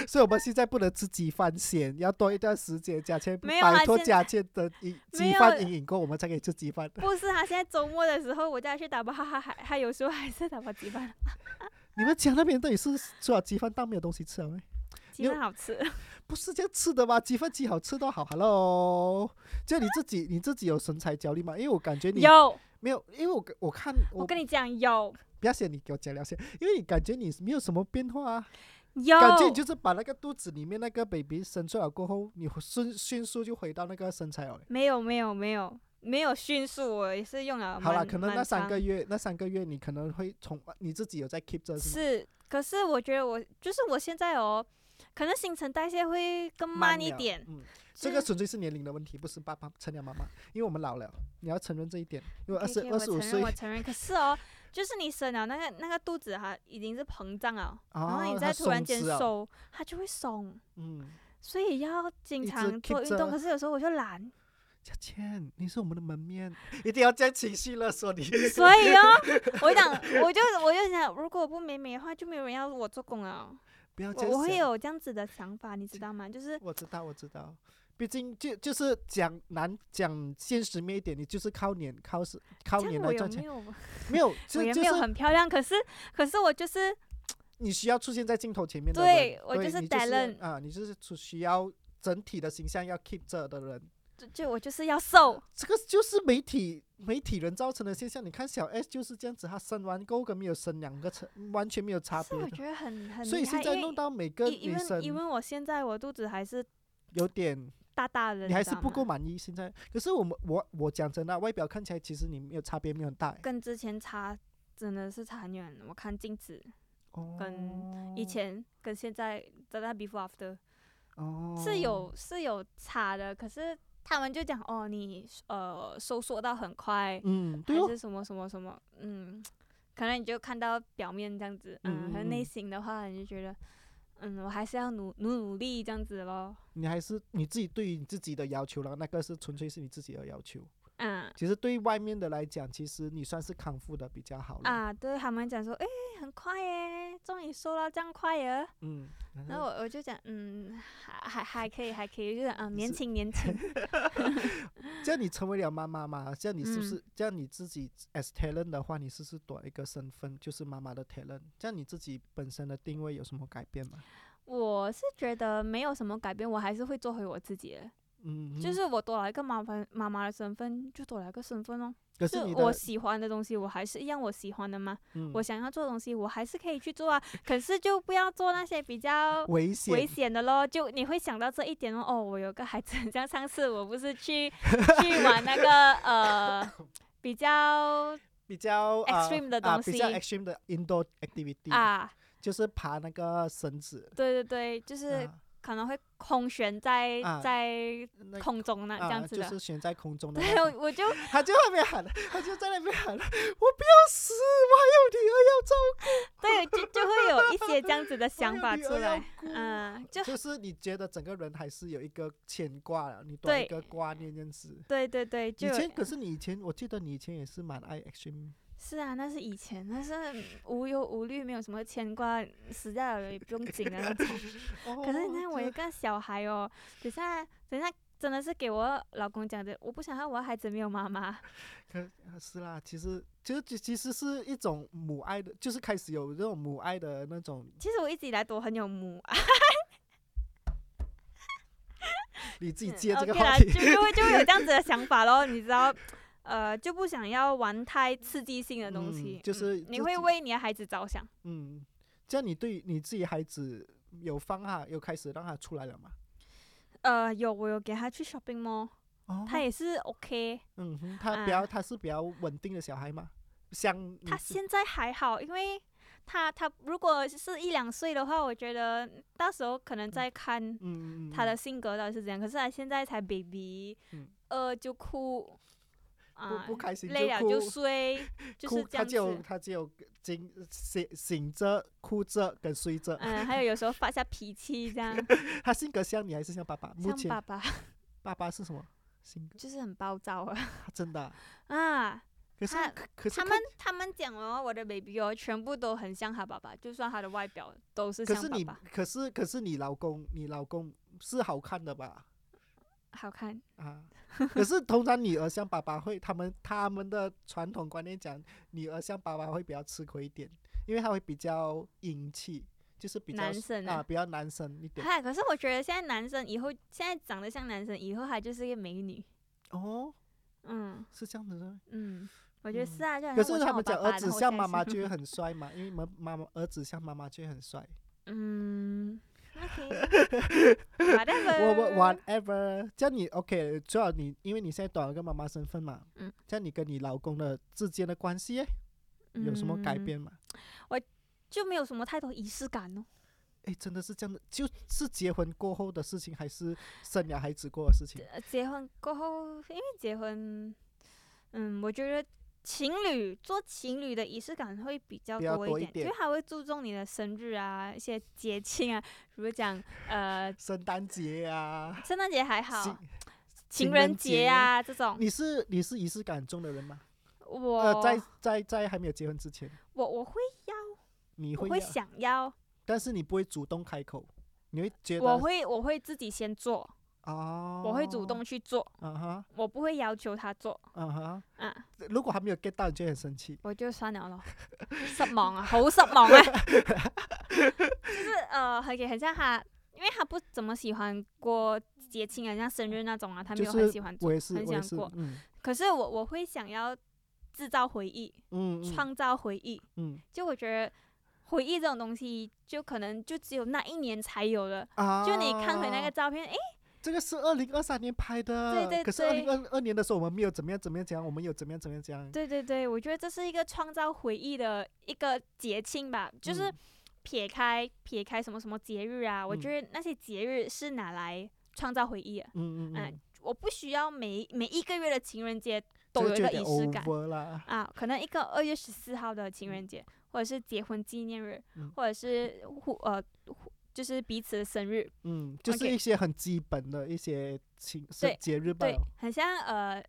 Speaker 1: 所以我们现在不能吃鸡饭先，要多一段时间，佳倩
Speaker 2: 没有啊
Speaker 1: 摆脱
Speaker 2: 现
Speaker 1: 佳倩的阴
Speaker 2: 没
Speaker 1: 鸡
Speaker 2: 有啊
Speaker 1: 饭阴影过，我们才可以吃鸡饭。
Speaker 2: 不是，啊他现在周末的时候，我叫他去打包，他还他有时候还是打包鸡饭，
Speaker 1: 你们家那边到底是除了鸡饭当没有东西吃了没？
Speaker 2: 鸡饭好吃。
Speaker 1: 不是这样吃的吗？鸡饭鸡好吃到好，Hello，就你自己你自己有身材焦虑吗？因为我感觉你
Speaker 2: 有，
Speaker 1: 没有，因为我我看
Speaker 2: 我
Speaker 1: 我
Speaker 2: 跟你讲，有
Speaker 1: 不要写，你给我讲聊先，因为你感觉你没有什么变化啊，
Speaker 2: 有，
Speaker 1: 感觉你就是把那个肚子里面那个 baby 生出来过后，你迅迅速就回到那个身材了嘞。
Speaker 2: 没有没有没有没有迅速，我也是用啊了蛮。
Speaker 1: 好了，可能
Speaker 2: 蛮
Speaker 1: 那三
Speaker 2: 长
Speaker 1: 个月，那三个月你可能会从啊你自己有在 keep 着是吗？
Speaker 2: 是，可是我觉得我就是我现在哦，可能新陈代谢会更慢一
Speaker 1: 了
Speaker 2: 点。
Speaker 1: 嗯，
Speaker 2: 就
Speaker 1: 这个
Speaker 2: 是
Speaker 1: 纯粹是年龄的问题，不是爸爸成了妈妈，因为我们老了，你要承认这一点。因为二
Speaker 2: OK，
Speaker 1: 十
Speaker 2: OK，
Speaker 1: 二十五
Speaker 2: 我承认
Speaker 1: 岁
Speaker 2: 我承认。可是哦，就是你生了那个那个肚子哈，已经是膨胀了，然后
Speaker 1: 啊，
Speaker 2: 哦你
Speaker 1: 他
Speaker 2: 再突然
Speaker 1: 松
Speaker 2: 间
Speaker 1: 弛了，
Speaker 2: 收，它就会松，
Speaker 1: 嗯，
Speaker 2: 所以要经
Speaker 1: 一直
Speaker 2: 常做
Speaker 1: keep
Speaker 2: 运动。
Speaker 1: 着
Speaker 2: 可是有时候我 就懒，
Speaker 1: 佳倩，你是我们的门面，一定要这样情绪勒索你。
Speaker 2: 所以哦，我想我就我就想，如果我不美美的话，就没有人要我做工了。
Speaker 1: 不要这
Speaker 2: 我
Speaker 1: 样
Speaker 2: 我会
Speaker 1: 想
Speaker 2: 有这样子的想法，你知道吗？就 是
Speaker 1: 我知道，我知道。毕竟就就是讲难讲现实面一点，你就是靠脸靠是靠
Speaker 2: 这样
Speaker 1: 脸
Speaker 2: 我
Speaker 1: 来
Speaker 2: 有
Speaker 1: 赚
Speaker 2: 没
Speaker 1: 钱，
Speaker 2: 有？
Speaker 1: 没有
Speaker 2: 我
Speaker 1: 就
Speaker 2: 也
Speaker 1: 就
Speaker 2: 没有
Speaker 1: 是
Speaker 2: 很漂亮，可是可是我就是。
Speaker 1: 你需要出现在镜头前面的
Speaker 2: 对
Speaker 1: 人
Speaker 2: 我就是
Speaker 1: 你要
Speaker 2: talent
Speaker 1: 啊，你就是出需要整体的形象要 keep 着的人，
Speaker 2: 就就我就是要瘦，
Speaker 1: 这个就是媒体媒体人造成的现象。你看小 S 就是这样子，她生完够跟没有生两个成完全没有差
Speaker 2: 是
Speaker 1: 别
Speaker 2: 我
Speaker 1: 的，
Speaker 2: 觉得很很
Speaker 1: 所以
Speaker 2: 厉害
Speaker 1: 现在
Speaker 2: 因为
Speaker 1: 弄到每个
Speaker 2: 因因
Speaker 1: 女
Speaker 2: 为
Speaker 1: 生
Speaker 2: 因为我现在我肚子还是
Speaker 1: 有点
Speaker 2: 大大的，
Speaker 1: 你还
Speaker 2: 知
Speaker 1: 是
Speaker 2: 道
Speaker 1: 不够
Speaker 2: 吗，
Speaker 1: 满意现在。可是我们我我讲真的，外表看起来其实你没有差别，没有很大欸。
Speaker 2: 跟之前差真的是差很远。我看镜子，跟以
Speaker 1: 哦
Speaker 2: 前跟现在真的 before after、
Speaker 1: 哦
Speaker 2: 是有是有差的，可是他们就讲哦，你呃收缩到很快，
Speaker 1: 嗯，对
Speaker 2: 还
Speaker 1: 哦，
Speaker 2: 是什么什么什么，嗯，可能你就看到表面这样子，
Speaker 1: 嗯
Speaker 2: 嗯，
Speaker 1: 嗯
Speaker 2: 可能内
Speaker 1: 嗯
Speaker 2: 心的话你就觉得，嗯，我还是要努努努力这样子咯，
Speaker 1: 你还是你自己对于你自己的要求了，那个是纯粹是你自己的要求。
Speaker 2: 嗯。
Speaker 1: 其实对外
Speaker 2: 啊
Speaker 1: 面的来讲，其实你算是康复的比较好了。
Speaker 2: 啊，对他们讲说，诶，很快耶，终于收到这样快了。
Speaker 1: 嗯，
Speaker 2: 然后我我就讲，嗯，还还还可以，还可以，就是嗯，年
Speaker 1: 是
Speaker 2: 轻 年轻，
Speaker 1: 这样你成为了妈妈嘛？这样你是不
Speaker 2: 嗯
Speaker 1: 是？这样你自己 as talent 的话，你是不是多一个身份，就是妈妈的 talent？这样你自己本身的定位有什么改变吗？
Speaker 2: 我是觉得没有什么改变，我还是会做回我自己的。
Speaker 1: 嗯，
Speaker 2: 就
Speaker 1: 嗯
Speaker 2: 是我多了一个妈妈妈妈的身份，就多了一个身份哦。
Speaker 1: 可
Speaker 2: 就是
Speaker 1: 你
Speaker 2: 我
Speaker 1: 的，
Speaker 2: 喜欢的东西，我还是一样我喜欢的嘛。
Speaker 1: 嗯
Speaker 2: 我想要做的东西，我还是可以去做啊。 可是就不要做那些比较
Speaker 1: 危险
Speaker 2: 危险的咯。就你会想到这一点哦。哦，我有个孩子，像上次我不是去 去玩那个呃比较
Speaker 1: 比较啊
Speaker 2: extreme 的
Speaker 1: 啊
Speaker 2: 东
Speaker 1: 比较
Speaker 2: 西
Speaker 1: extreme 的 indoor activity，、
Speaker 2: 啊，
Speaker 1: 就是爬那个绳子，
Speaker 2: 对对对，就是
Speaker 1: 啊
Speaker 2: 可能会空悬在、
Speaker 1: 啊
Speaker 2: 在
Speaker 1: 那
Speaker 2: 空中那、这
Speaker 1: 啊
Speaker 2: 样子
Speaker 1: 就
Speaker 2: 的。
Speaker 1: 是悬在空 中的那
Speaker 2: 对，
Speaker 1: 种。
Speaker 2: 我我就
Speaker 1: 他就在那边喊，他就在那边喊，我不要死，哎我
Speaker 2: 对，就就会有一些这 样子的
Speaker 1: 还有
Speaker 2: 想
Speaker 1: 女儿要照，
Speaker 2: 法出来。
Speaker 1: 顾。
Speaker 2: 嗯，就
Speaker 1: 就是你觉得整个人还是有一个牵挂了，你多一
Speaker 2: 对
Speaker 1: 个挂念这样子。
Speaker 2: 对对对，
Speaker 1: 以
Speaker 2: 就有
Speaker 1: 前可是你以前，我记得你以前也是蛮爱 extreme，
Speaker 2: 是啊，那是以前，那是无忧无虑，没有什么牵挂，死掉了也不用紧的啊 那种。可
Speaker 1: 哦
Speaker 2: 是你看我一个小孩哦，等下等下真的是给我老公讲的，我不想要我的孩子没有妈妈。
Speaker 1: 可啊是啦，其实其实其其实是一种母爱的，就是开始有这种母爱的那种，
Speaker 2: 其实我一直以来都很有母爱，
Speaker 1: 你自己
Speaker 2: 嗯
Speaker 1: 接这个
Speaker 2: OK 啦
Speaker 1: 话题，
Speaker 2: 就就会就会有这样子的想法咯，你知道。呃，就不想要玩太刺激性的东
Speaker 1: 嗯
Speaker 2: 西，
Speaker 1: 就
Speaker 2: 嗯
Speaker 1: 是
Speaker 2: 你
Speaker 1: 自
Speaker 2: 会
Speaker 1: 己
Speaker 2: 为你的孩子着想。
Speaker 1: 嗯，这样你对你自己孩子有放他，有开始让他出来了吗？
Speaker 2: 呃，有我有给他去 shopping mall，
Speaker 1: 哦，
Speaker 2: 他也是 OK，
Speaker 1: 嗯哼，他比较、
Speaker 2: 啊
Speaker 1: 他是比较稳定的小孩嘛，像你
Speaker 2: 他
Speaker 1: 嗯是
Speaker 2: 现在还好，因为他他如果是一两岁的话，我觉得到时候可能再看
Speaker 1: 嗯嗯
Speaker 2: 他的
Speaker 1: 嗯
Speaker 2: 性格到底是怎样。可是他现在才 baby，
Speaker 1: 嗯
Speaker 2: 饿就哭，
Speaker 1: 不
Speaker 2: 啊、
Speaker 1: 不开心
Speaker 2: 累
Speaker 1: 就
Speaker 2: 了
Speaker 1: 哭
Speaker 2: 就睡，就
Speaker 1: 哭
Speaker 2: 是
Speaker 1: 他
Speaker 2: 这样
Speaker 1: 只有
Speaker 2: 子。
Speaker 1: 他只有醒醒醒着、哭着跟睡着。
Speaker 2: 嗯，还有有时候发下脾气这样，
Speaker 1: 他性格像你还是像爸爸？目
Speaker 2: 像
Speaker 1: 前
Speaker 2: 爸爸
Speaker 1: 爸爸是什么性格？
Speaker 2: 就是很暴躁啊
Speaker 1: 他真的啊、
Speaker 2: 啊！
Speaker 1: 可是
Speaker 2: 他
Speaker 1: 可可是
Speaker 2: 他
Speaker 1: 看
Speaker 2: 们他们讲哦，我的 baby 哦，全部都很像他爸爸，就算他的外表都是
Speaker 1: 可
Speaker 2: 像
Speaker 1: 是
Speaker 2: 爸
Speaker 1: 你
Speaker 2: 爸，
Speaker 1: 可是可是你老公你老公是好看的吧？
Speaker 2: 好看。
Speaker 1: 啊，可是通常女儿像爸爸会，他们他们的传统观念讲，女儿像爸爸会比较吃亏一点，因为他会比较英气，就是比较
Speaker 2: 男生
Speaker 1: 啊
Speaker 2: 啊
Speaker 1: 比较男生一 点。
Speaker 2: 嗨，可是我觉得现在男生以后现在长得像男生，以后他就是一个美女。
Speaker 1: 哦，
Speaker 2: 嗯
Speaker 1: 是这样子的。
Speaker 2: 嗯，我觉得是
Speaker 1: 嗯
Speaker 2: 啊，就好
Speaker 1: 可
Speaker 2: 像
Speaker 1: 是
Speaker 2: 我
Speaker 1: 他
Speaker 2: 像我
Speaker 1: 们讲
Speaker 2: 爸爸
Speaker 1: 儿子
Speaker 2: 然后我
Speaker 1: 像
Speaker 2: 现
Speaker 1: 妈
Speaker 2: 在
Speaker 1: 妈
Speaker 2: 是
Speaker 1: 就会很帅嘛，因为妈妈妈儿子像妈妈就会很 帅。
Speaker 2: 嗯，OK，whatever
Speaker 1: 我我 whatever，这样你 OK，最好你因为你现在短了个妈妈身份嘛，
Speaker 2: 嗯，
Speaker 1: 这样你跟你老公的之间的关系耶有什么改
Speaker 2: 嗯
Speaker 1: 变吗？
Speaker 2: 就没有什么太多仪式感哦。
Speaker 1: 哎、真的是这样的，就是结婚过后的事情，还是生了孩子过的事情？
Speaker 2: 呃结婚过后，因为结婚，嗯，我觉得。情侣做情侣的仪式感会比较
Speaker 1: 比较
Speaker 2: 多
Speaker 1: 多一
Speaker 2: 点，
Speaker 1: 点
Speaker 2: 因为他会注重你的生日啊、一些节庆啊，比如讲呃
Speaker 1: 圣诞节啊，
Speaker 2: 圣诞节还
Speaker 1: 情
Speaker 2: 好，
Speaker 1: 情
Speaker 2: 情
Speaker 1: 人
Speaker 2: 人节啊这种。
Speaker 1: 你是你是仪式感重的人吗？
Speaker 2: 我、
Speaker 1: 呃，在在在还没有结婚之前，
Speaker 2: 我我会要，
Speaker 1: 你
Speaker 2: 我
Speaker 1: 会
Speaker 2: 会
Speaker 1: 要
Speaker 2: 想要，
Speaker 1: 但是你不会主动开口，你会觉得
Speaker 2: 我会我会自己先做，
Speaker 1: 哦，
Speaker 2: 我会主，动去做，
Speaker 1: 嗯哼，
Speaker 2: 我不会要求他做
Speaker 1: 嗯哼，
Speaker 2: 啊，
Speaker 1: 如果还没有 get 到，你就会很生气。
Speaker 2: 我就算了咯， 失望啊，好失 望啊，就是呃，很很像他，因为他不怎么喜欢过节庆，很像生日那种啊，他没
Speaker 1: 就
Speaker 2: 有很
Speaker 1: 是
Speaker 2: 喜欢做，
Speaker 1: 我也是，
Speaker 2: 很
Speaker 1: 我也
Speaker 2: 想
Speaker 1: 是
Speaker 2: 过，
Speaker 1: 嗯
Speaker 2: 可是我我会想要制造回忆，
Speaker 1: 嗯，嗯
Speaker 2: 创造回忆，
Speaker 1: 嗯
Speaker 2: 就我觉得。回忆这种东西，就可能就只有那一年才有了。
Speaker 1: 啊，
Speaker 2: 就你看回那个照片，诶。
Speaker 1: 这个是二零二三年拍的，
Speaker 2: 对对
Speaker 1: 可是二
Speaker 2: 对
Speaker 1: 零二二年的时候我们没有怎么样怎么样讲，我们有怎么样怎么样讲，
Speaker 2: 对对对，我觉得这是一个创造回忆的一个节庆吧，就是
Speaker 1: 嗯
Speaker 2: 撇开撇开什么什么节日啊，我
Speaker 1: 嗯
Speaker 2: 觉得那些节日是拿来创造回忆的。
Speaker 1: 嗯嗯
Speaker 2: 哎
Speaker 1: 嗯，
Speaker 2: 我不需要每每一个月的情人节
Speaker 1: 这
Speaker 2: 都有一
Speaker 1: 就哦
Speaker 2: 个
Speaker 1: 点
Speaker 2: 仪式感
Speaker 1: over 啦，
Speaker 2: 啊，可能一个二月十四号的情人节，或者是结婚纪念日，
Speaker 1: 嗯
Speaker 2: 或者是互呃互就是彼此的生日，
Speaker 1: 嗯，就是
Speaker 2: OK
Speaker 1: 一些很基本的一些情是
Speaker 2: 对
Speaker 1: 节日吧
Speaker 2: 对，，很像呃，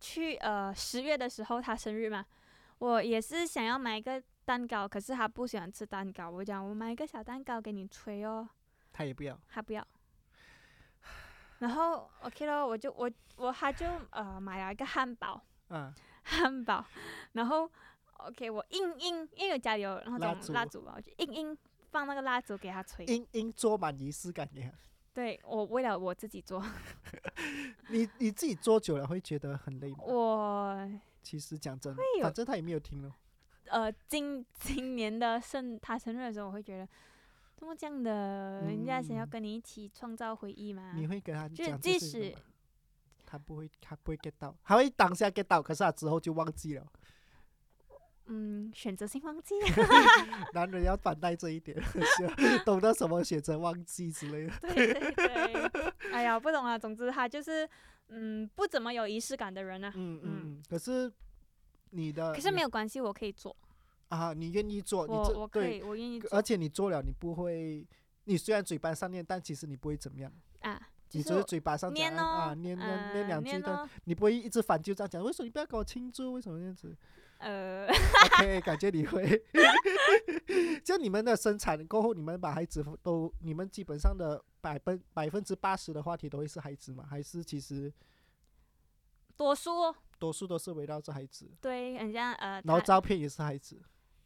Speaker 2: 去呃十月的时候他生日嘛，我也是想要买一个蛋糕，可是他不喜欢吃蛋糕。我讲我买一个小蛋糕给你吹哦，
Speaker 1: 他也不要。
Speaker 2: 他不要。然后 OK 咯，我就我我他就呃买了一个汉堡，
Speaker 1: 嗯，
Speaker 2: 汉堡，然后 OK 我硬硬，因为家里有那
Speaker 1: 蜡
Speaker 2: 种
Speaker 1: 烛
Speaker 2: 蜡烛嘛，我就硬硬放那个蜡烛给他吹。
Speaker 1: 应应做满仪式感也好。
Speaker 2: 对我为了我自己做，
Speaker 1: 你你自己做久了会觉得很累吗？
Speaker 2: 我
Speaker 1: 其实讲真的，
Speaker 2: 有
Speaker 1: 反正他也没有听咯。
Speaker 2: 呃，今今年的生他生日的时候，我会觉得，怎么这样的？人家想要
Speaker 1: 嗯
Speaker 2: 跟你一起创造回忆嘛？
Speaker 1: 你会跟他
Speaker 2: 啊就是
Speaker 1: 讲这
Speaker 2: 即
Speaker 1: 是一
Speaker 2: 使
Speaker 1: 个吗，他不会，他不会 get 到，他会当下 get 到，可是他之后就忘记 了。
Speaker 2: 嗯选择性啊忘记，
Speaker 1: 男人要反带这一点，是懂得什么选择忘记之类的。
Speaker 2: 对对对，哎呀，不懂啊。总之他就是嗯不怎么有仪式感的人啊。
Speaker 1: 嗯
Speaker 2: 嗯
Speaker 1: 嗯，可是你的
Speaker 2: 可是
Speaker 1: 呃你
Speaker 2: 没有关系，我可以做，
Speaker 1: 啊，你愿意做，你
Speaker 2: 我
Speaker 1: 这
Speaker 2: 我可
Speaker 1: 对，
Speaker 2: 以，我愿意
Speaker 1: 而
Speaker 2: 做
Speaker 1: 且你做了，你不会，你虽然嘴巴上念，但其实你不会怎么样，
Speaker 2: 啊，就
Speaker 1: 你只是
Speaker 2: 是
Speaker 1: 嘴巴上
Speaker 2: 念
Speaker 1: 讲
Speaker 2: 哦
Speaker 1: 啊，念念
Speaker 2: 呃
Speaker 1: 念两句，
Speaker 2: 念
Speaker 1: 但
Speaker 2: 哦，
Speaker 1: 你不会一直反旧账讲，为什么你不要跟我庆祝？为什么这样 子
Speaker 2: 呃，
Speaker 1: ？OK，感觉你会， 就你们的生产过后，你们把孩子都，你们基本上的百分百分之八十的话题都会是孩子嘛？还是其实
Speaker 2: 多数哦
Speaker 1: 多数都是围绕着孩子？
Speaker 2: 对，很像呃，
Speaker 1: 然后
Speaker 2: 他
Speaker 1: 照片也是孩子。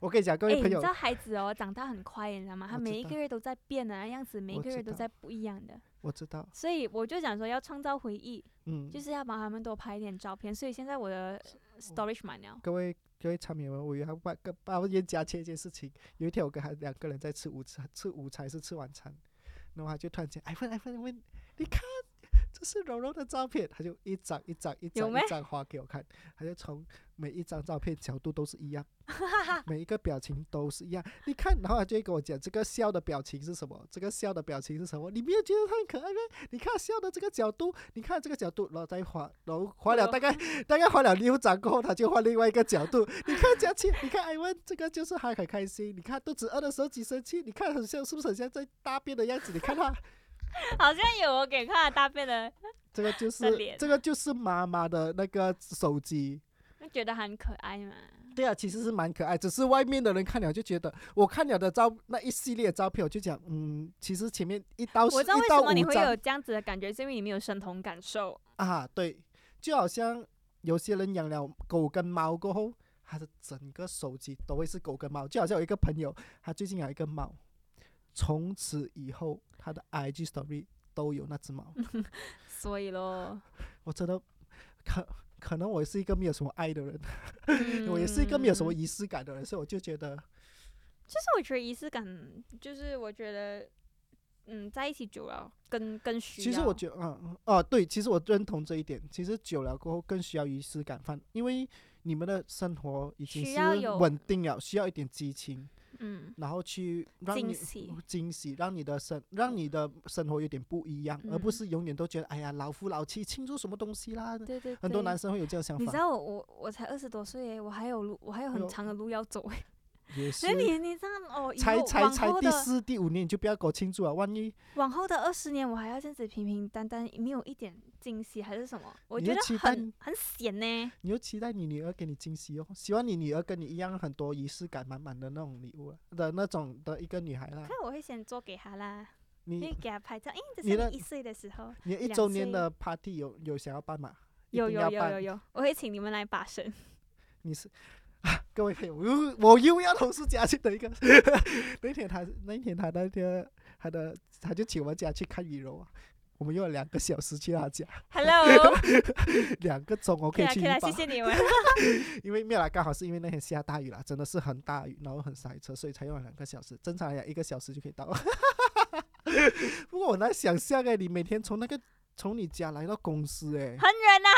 Speaker 1: 我跟你讲，各
Speaker 2: 哎，
Speaker 1: 位
Speaker 2: 你
Speaker 1: 朋
Speaker 2: 知
Speaker 1: 友，
Speaker 2: 道孩子哦，长大很快，你知道吗？他
Speaker 1: 我知
Speaker 2: 每一
Speaker 1: 道
Speaker 2: 个月都在变的，样子每一
Speaker 1: 我
Speaker 2: 个
Speaker 1: 知
Speaker 2: 月都
Speaker 1: 道
Speaker 2: 在不一样的。
Speaker 1: 我知道，
Speaker 2: 所以我就想说要创造回忆，
Speaker 1: 嗯，
Speaker 2: 就是要帮他们多拍一点照片。所以现在我的呃
Speaker 1: 哦
Speaker 2: storage 满了，
Speaker 1: 各位各位参友们，我原来把跟把冤家切一件事情，有一天我跟他两个人在吃午餐，吃午餐是吃晚餐，然后他就突然间，哎问哎问问，你看这是柔柔的照片，他就一张一张一
Speaker 2: 有
Speaker 1: 张
Speaker 2: 咩
Speaker 1: 一张发给我看，他就从每一张照片角度都是一样，每一个表情都是一样，你看，然后他就会跟我讲这个笑的表情是什么，这个笑的表情是什么，你没有觉得他很可爱吗？你看笑的这个角度，你看这个角度，然后再滑，然后滑了大概大概花了六张过后，他就换另外一个角度。你看佳琪，你看艾文，这个就是他很开心。你看肚子饿的时候几生气，你看很像是不是很像在大便的样子？你看他，
Speaker 2: 好像有我给看了大便的，
Speaker 1: 这个就
Speaker 2: 的
Speaker 1: 是
Speaker 2: 脸
Speaker 1: 这个就是妈妈的那个手机。
Speaker 2: 就觉得很可爱嘛。
Speaker 1: 对啊，其实是蛮可爱，只是外面的人看了就觉得，我看了的照那一系列照片，我就讲，嗯，其实前面一到
Speaker 2: 我
Speaker 1: 一
Speaker 2: 知道为
Speaker 1: 到
Speaker 2: 什么你
Speaker 1: 五
Speaker 2: 会
Speaker 1: 张
Speaker 2: 有这样子的感觉，是因为你没有身同感受。
Speaker 1: 啊，对，就好像有些人养了狗跟猫过后，他的整个手机都会是狗跟猫。就好像有一个朋友，他最近养一个猫，从此以后他的 IG story 都有那只猫。
Speaker 2: 嗯所以咯，
Speaker 1: 我真的可可能我是一个没有什么爱的人， 我也
Speaker 2: 嗯
Speaker 1: 是一个没有什么仪式感的人，所以我就觉得
Speaker 2: 就是我觉得仪式感，就是我觉得，嗯，在一起久了更更需要。
Speaker 1: 其实我觉得，嗯，嗯哦，对，其实我认同这一点。其实久了过后更需要仪式感，反因为你们的生活已经
Speaker 2: 需
Speaker 1: 是
Speaker 2: 要有
Speaker 1: 稳定了，需要一点激情，
Speaker 2: 嗯，
Speaker 1: 然后去让
Speaker 2: 惊
Speaker 1: 你
Speaker 2: 喜
Speaker 1: 惊喜，让你的生让你的生活有点不一样，而
Speaker 2: 嗯
Speaker 1: 不是永远都觉得哎呀老夫老妻庆祝什么东西啦。
Speaker 2: 对对对。
Speaker 1: 嗯很多男生会有这样想
Speaker 2: 你知
Speaker 1: 法，
Speaker 2: 道我我我才二十多岁耶，我还有路，我还有
Speaker 1: 有
Speaker 2: 很长的路要走哎。
Speaker 1: 也是
Speaker 2: 所以 你你这样哦，以
Speaker 1: 才
Speaker 2: 后
Speaker 1: 才
Speaker 2: 往
Speaker 1: 才
Speaker 2: 后
Speaker 1: 第
Speaker 2: 的
Speaker 1: 四第五年你就不要给我庆祝了，万一
Speaker 2: 往后的二十年，我还要这样子平平淡淡，没有一点惊喜还是什么？我
Speaker 1: 你
Speaker 2: 觉
Speaker 1: 要
Speaker 2: 得
Speaker 1: 期待
Speaker 2: 很很险呢。
Speaker 1: 你又期待你女儿给你惊喜哦，希望你女儿跟你一样很多仪式感满满的那种礼物啊的那种的一个女孩啦
Speaker 2: 看。我会先做给他啦，因为
Speaker 1: 你
Speaker 2: 给他拍照。哎、这
Speaker 1: 你
Speaker 2: 是
Speaker 1: 的
Speaker 2: 你一岁的时候，
Speaker 1: 你一
Speaker 2: 两
Speaker 1: 周年
Speaker 2: 岁
Speaker 1: 的 party 有有想要办吗？一
Speaker 2: 有
Speaker 1: 定
Speaker 2: 有
Speaker 1: 要
Speaker 2: 有
Speaker 1: 办
Speaker 2: 有有，我会请你们来把神。
Speaker 1: 你是、啊、 各位朋友，我又我又要投诉嘉庆的一个。 那天他那天他那天他的他就请我们家去看羽柔啊，我们用了两个小时去他家，
Speaker 2: Hello，
Speaker 1: 两个钟我可
Speaker 2: 可以
Speaker 1: 以
Speaker 2: 啦
Speaker 1: 去
Speaker 2: 可
Speaker 1: 一
Speaker 2: 以啦，
Speaker 1: 把
Speaker 2: 谢，谢你 们。
Speaker 1: 因为没有啦，刚好是因为那天下大雨啦，真的是很大雨，然后很塞车，所以才用了两个小时。正常来讲一个小时就可以到。 不过我难想象哎，你每天从那个从你家来到公司哎，
Speaker 2: 很远呐、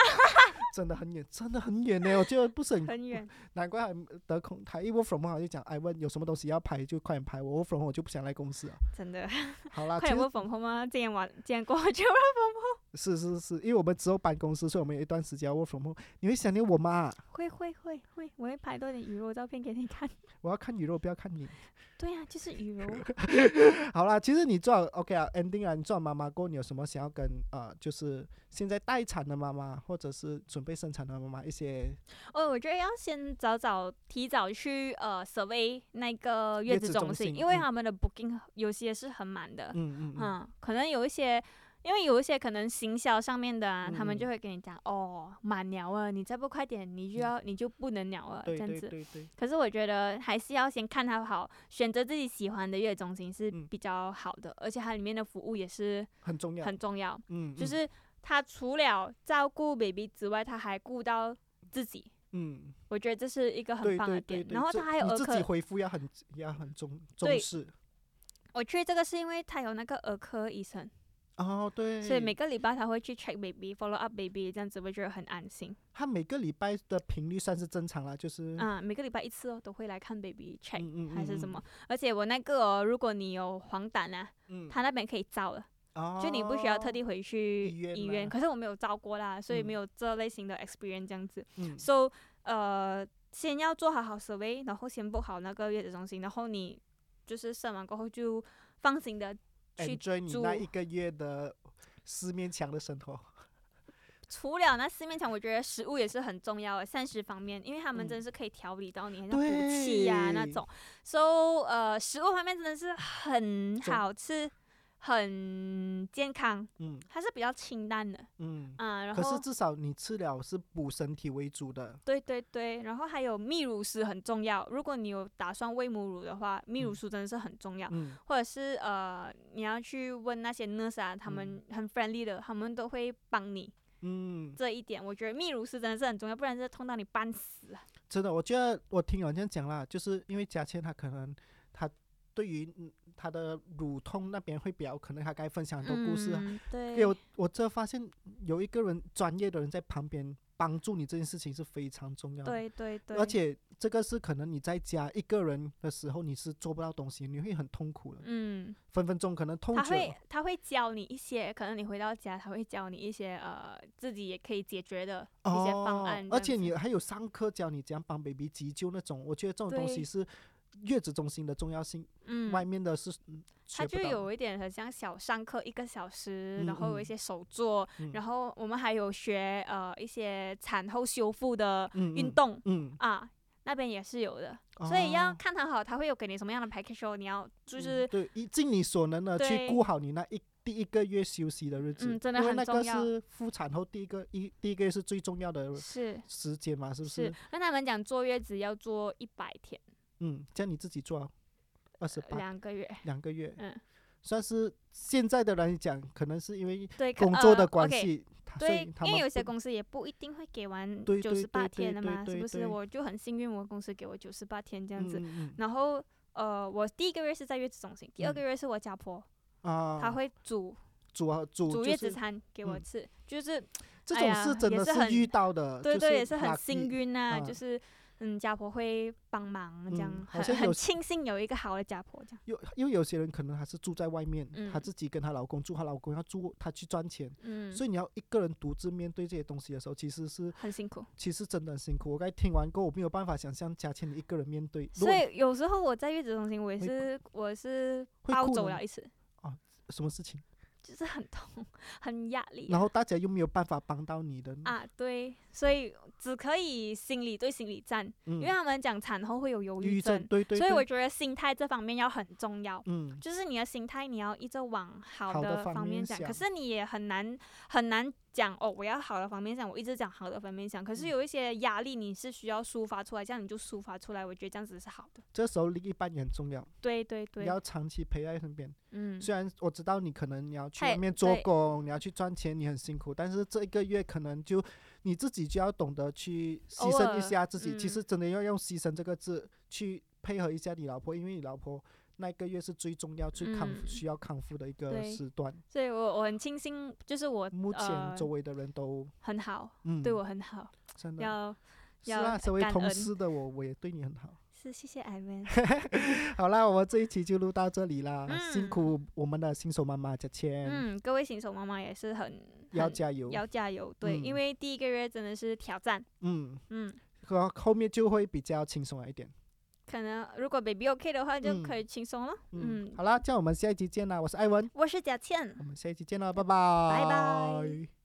Speaker 1: 真的很远，真的很远欸呢，我觉得不是很
Speaker 2: 很远。
Speaker 1: 难怪还得空，他一 work from home 他就讲，哎问有什么东西要拍就快点拍，我 work from home 我就不想来公司了。
Speaker 2: 真的。
Speaker 1: 好啦，
Speaker 2: 快
Speaker 1: 啊其
Speaker 2: 点
Speaker 1: 实
Speaker 2: 问粉红吗？今天晚今天过后就问粉红。
Speaker 1: 是是是，因为我们只有办公室，所以我们有一段时间要 work from home。你会想念我妈啊？
Speaker 2: 会会会会，我会拍多点鱼肉照片给你看。
Speaker 1: 我要看鱼肉，不要看你。
Speaker 2: 对呀、就是鱼肉。
Speaker 1: 好啦，其实你做好 OK 啊，ending 啊，你做好妈妈过后，你有什么想要跟呃，就是现在待产的妈妈，或者是准备生产的妈妈一些
Speaker 2: 哦，我觉得要先早早提早去呃 survey 那个月
Speaker 1: 月
Speaker 2: 子
Speaker 1: 子
Speaker 2: 中
Speaker 1: 中
Speaker 2: 心，
Speaker 1: 心
Speaker 2: 因为
Speaker 1: 嗯
Speaker 2: 他们的 booking 有些是很满的。
Speaker 1: 嗯嗯嗯
Speaker 2: 嗯，可能有一些，因为有一些可能行销上面的啊，他们
Speaker 1: 嗯
Speaker 2: 就会跟你讲，哦，满了啊，你再不快点，你就要、你就不能了啊，这
Speaker 1: 对
Speaker 2: 样
Speaker 1: 对
Speaker 2: 子。
Speaker 1: 对对，
Speaker 2: 可是我觉得还是要先看它好，选择自己喜欢的月中心是
Speaker 1: 嗯
Speaker 2: 比较好的，而且它里面的服务也是
Speaker 1: 很重要。
Speaker 2: 很重要，
Speaker 1: 嗯，
Speaker 2: 就
Speaker 1: 嗯
Speaker 2: 是它除了照顾 baby 之外，它还顾到自己。
Speaker 1: 嗯，
Speaker 2: 我觉得这是一个很
Speaker 1: 对
Speaker 2: 棒的
Speaker 1: 对
Speaker 2: 点，
Speaker 1: 对对，
Speaker 2: 然后
Speaker 1: 这
Speaker 2: 它还有
Speaker 1: 你
Speaker 2: 儿
Speaker 1: 自己
Speaker 2: 科，
Speaker 1: 回复要很要很重重
Speaker 2: 对
Speaker 1: 视。
Speaker 2: 我去这个是因为它有那个儿科医生，
Speaker 1: 哦，对，
Speaker 2: 所以每个礼拜他会去 check baby、follow up baby，这样子我觉得很安心。
Speaker 1: 他每个礼拜的频率算是正常啦，就是
Speaker 2: 啊，每个礼拜一次哦，都会来看 baby check、
Speaker 1: 嗯嗯
Speaker 2: 哎还是
Speaker 1: 嗯
Speaker 2: 什
Speaker 1: 嗯
Speaker 2: 么。而且我那个哦，如果你有黄疸啊，
Speaker 1: 嗯，
Speaker 2: 他那边可以照了，
Speaker 1: 哦
Speaker 2: 就你不需要特地回去
Speaker 1: 医院吗
Speaker 2: 可是我没有照过啦，所以
Speaker 1: 嗯
Speaker 2: 没有这类型的 experience 这样子。
Speaker 1: 嗯
Speaker 2: So 呃，先要做好好 survey，然后先 book 好那个月子中心，然后你就是生完过后就放心的去
Speaker 1: enjoy 你那
Speaker 2: 住
Speaker 1: 一个月的四面墙的生活。
Speaker 2: 除了那四面墙，我觉得食物也是很重要的，膳食方面，因为他们真的是可以调理到你很像补气呀、
Speaker 1: 嗯
Speaker 2: 那
Speaker 1: 对
Speaker 2: 种。So 呃，食物方面真的是很好吃，很健康，
Speaker 1: 嗯
Speaker 2: 它是比较清淡的
Speaker 1: 嗯，
Speaker 2: 啊、然
Speaker 1: 可是
Speaker 2: 后
Speaker 1: 至少你吃了是补身体为主的。
Speaker 2: 对对对，然后还有泌乳师很重要，如果你有打算喂母乳的话，泌乳
Speaker 1: 嗯
Speaker 2: 师真的是很重要。
Speaker 1: 嗯，
Speaker 2: 或者是呃，你要去问那些 nurse 啊，他们很 friendly 的，他们都会帮你
Speaker 1: 嗯，
Speaker 2: 这一点。我觉得泌乳师真的是很重要，不然就痛到你半死啊。
Speaker 1: 真的，我觉得我听有这样讲啦，就是因为佳倩她可能她对于嗯她的乳痛那边会比较可能，她该分享很多故事啊。
Speaker 2: 嗯、对，
Speaker 1: 有我这发现有一个人专业的人在旁边帮助你这件事情是非常重要的。
Speaker 2: 对对对，
Speaker 1: 而且这个是可能你在家一个人的时候你是做不到东西，你会很痛苦的，
Speaker 2: 嗯，
Speaker 1: 分分钟可能痛
Speaker 2: 他
Speaker 1: 久了。
Speaker 2: 会他会教你一些，可能你回到家他会教你一些呃自己也可以解决的一些方案
Speaker 1: 哦，而
Speaker 2: 这样
Speaker 1: 且
Speaker 2: 子
Speaker 1: 你还有上课教你怎样帮 baby 急救那种，我觉得这种东
Speaker 2: 对
Speaker 1: 西是月子中心的重要性，外
Speaker 2: 嗯，
Speaker 1: 面的是嗯
Speaker 2: 他
Speaker 1: 学不到
Speaker 2: 就
Speaker 1: 的。
Speaker 2: 有一点很像小上课一个小时，
Speaker 1: 嗯
Speaker 2: 然后有一
Speaker 1: 嗯
Speaker 2: 些手作，
Speaker 1: 嗯
Speaker 2: 然后我们还有学呃一些产后修复的
Speaker 1: 嗯
Speaker 2: 运
Speaker 1: 嗯
Speaker 2: 动、
Speaker 1: 嗯，
Speaker 2: 啊。那边也是有的，所以要
Speaker 1: 哦
Speaker 2: 看他好，他会有给你什么样的 package，哦你要就
Speaker 1: 嗯
Speaker 2: 是
Speaker 1: 对，一尽你所能的
Speaker 2: 对
Speaker 1: 去顾好你那一第一个月休息的日子，
Speaker 2: 嗯真的
Speaker 1: 因为
Speaker 2: 很
Speaker 1: 那
Speaker 2: 重
Speaker 1: 个
Speaker 2: 要
Speaker 1: 是妇产后第一个一第一个月是最重要的
Speaker 2: 是
Speaker 1: 时间嘛，是不
Speaker 2: 是
Speaker 1: 是？，
Speaker 2: 跟他们讲坐月子要坐一百天，
Speaker 1: 嗯，这样你自己做二十八
Speaker 2: 两个月，
Speaker 1: 两个月，
Speaker 2: 嗯，
Speaker 1: 算是现在的来讲，可能是因为
Speaker 2: 对，可
Speaker 1: 工作
Speaker 2: 呃
Speaker 1: 的关
Speaker 2: OK，
Speaker 1: 系，他所
Speaker 2: 对
Speaker 1: 以，他
Speaker 2: 因为
Speaker 1: 们
Speaker 2: 有些
Speaker 1: 不
Speaker 2: 公司也不一定会给完
Speaker 1: 对
Speaker 2: 九
Speaker 1: 对
Speaker 2: 十八
Speaker 1: 对
Speaker 2: 天的
Speaker 1: 对
Speaker 2: 嘛，
Speaker 1: 对
Speaker 2: 是不是？
Speaker 1: 对
Speaker 2: 我就很幸运，我公司给我九十八天这样子。
Speaker 1: 嗯嗯
Speaker 2: 然后呃，我第一个月是在月子中心，第二
Speaker 1: 嗯
Speaker 2: 个月是我家婆，
Speaker 1: 嗯啊，
Speaker 2: 她会煮
Speaker 1: 煮啊煮就
Speaker 2: 煮月子
Speaker 1: 是
Speaker 2: 餐给我
Speaker 1: 嗯
Speaker 2: 吃，就是
Speaker 1: 这
Speaker 2: 哎
Speaker 1: 种
Speaker 2: 呀
Speaker 1: 事真
Speaker 2: 也
Speaker 1: 的
Speaker 2: 是很
Speaker 1: 遇到的，
Speaker 2: 对
Speaker 1: 就
Speaker 2: 对，也是很
Speaker 1: lucky
Speaker 2: 幸。运啊，就
Speaker 1: 啊
Speaker 2: 是。嗯，家婆会帮忙，这样、
Speaker 1: 嗯好
Speaker 2: 很
Speaker 1: 像
Speaker 2: 很
Speaker 1: 有
Speaker 2: 庆幸有一个好的家婆，这样，
Speaker 1: 又因为有些人可能还是住在外面，她
Speaker 2: 嗯
Speaker 1: 自己跟她老公住，她老公要住，她去赚钱，
Speaker 2: 嗯，
Speaker 1: 所以你要一个人独自面对这些东西的时候，其实是
Speaker 2: 很辛苦。
Speaker 1: 其实真的很辛苦。我刚才听完过后，我没有办法想象佳倩你一个人面对，如
Speaker 2: 所
Speaker 1: 果
Speaker 2: 以有时候我在月子中心，我也
Speaker 1: 会
Speaker 2: 是我是
Speaker 1: 会
Speaker 2: 暴
Speaker 1: 哭
Speaker 2: 走
Speaker 1: 吗
Speaker 2: 了一次，
Speaker 1: 什么事情，
Speaker 2: 就是很痛， 很压力、
Speaker 1: 然后大家又没有办法帮到你的，
Speaker 2: 啊，对，所以只可以心理对心理战，
Speaker 1: 嗯
Speaker 2: 因为，他们讲产后会有忧
Speaker 1: 抑郁
Speaker 2: 症，
Speaker 1: 对对，
Speaker 2: 所以我
Speaker 1: 对
Speaker 2: 觉得心态这方面要很重要，
Speaker 1: 嗯
Speaker 2: 就是你的心态你要一直往好
Speaker 1: 好的
Speaker 2: 的
Speaker 1: 方
Speaker 2: 方面
Speaker 1: 面
Speaker 2: 讲，可
Speaker 1: 想
Speaker 2: 是你也很难很难讲哦，我要好的方面想，我一直讲好的方面想，可是
Speaker 1: 嗯
Speaker 2: 有一些压力你是需要抒发出来，这样你就抒发出来，我觉得这样子是好的，
Speaker 1: 这时候另一半也很重要，
Speaker 2: 对对
Speaker 1: 你
Speaker 2: 对，
Speaker 1: 要长期陪在身边。
Speaker 2: 嗯，
Speaker 1: 虽然我知道你可能你要去
Speaker 2: 太
Speaker 1: 外面做
Speaker 2: 对
Speaker 1: 工，你要去赚钱，你很辛苦，但是这一个月可能就你自己就要懂得去牺
Speaker 2: 偶
Speaker 1: 牲
Speaker 2: 尔
Speaker 1: 一下自己。
Speaker 2: 嗯
Speaker 1: 其实真的要用“牺牲”这个字去配合一下你老婆，因为你老婆那一个月是最重要、最康
Speaker 2: 嗯
Speaker 1: 复需要康复的一个
Speaker 2: 对
Speaker 1: 时段。
Speaker 2: 所以我我很庆幸，就是我
Speaker 1: 目前
Speaker 2: 呃
Speaker 1: 周围的人都、
Speaker 2: 很好，
Speaker 1: 嗯，
Speaker 2: 对我很好，
Speaker 1: 真的
Speaker 2: 要
Speaker 1: 是
Speaker 2: 要
Speaker 1: 啊，身为
Speaker 2: 感
Speaker 1: 同
Speaker 2: 恩
Speaker 1: 事的我，我也对你很好。
Speaker 2: 是，谢谢 Ivan。
Speaker 1: 好啦，我们这一期就录到这里啦，辛
Speaker 2: 嗯
Speaker 1: 苦我们的新手妈妈佳倩，
Speaker 2: 嗯，各位新手妈妈也是很
Speaker 1: 要
Speaker 2: 很
Speaker 1: 加油。
Speaker 2: 要加油，对，
Speaker 1: 哦嗯
Speaker 2: 因为第一个月真的是挑战，
Speaker 1: 嗯，
Speaker 2: 嗯，
Speaker 1: 和后面就会比较轻松一点。
Speaker 2: 可能如果 baby OK 的话就可以轻松了，
Speaker 1: 嗯，
Speaker 2: 嗯，
Speaker 1: 好啦，这样我们下一集见啦，我是艾文，
Speaker 2: 我是贾倩，
Speaker 1: 我们下一集见啦，拜拜，
Speaker 2: 拜拜。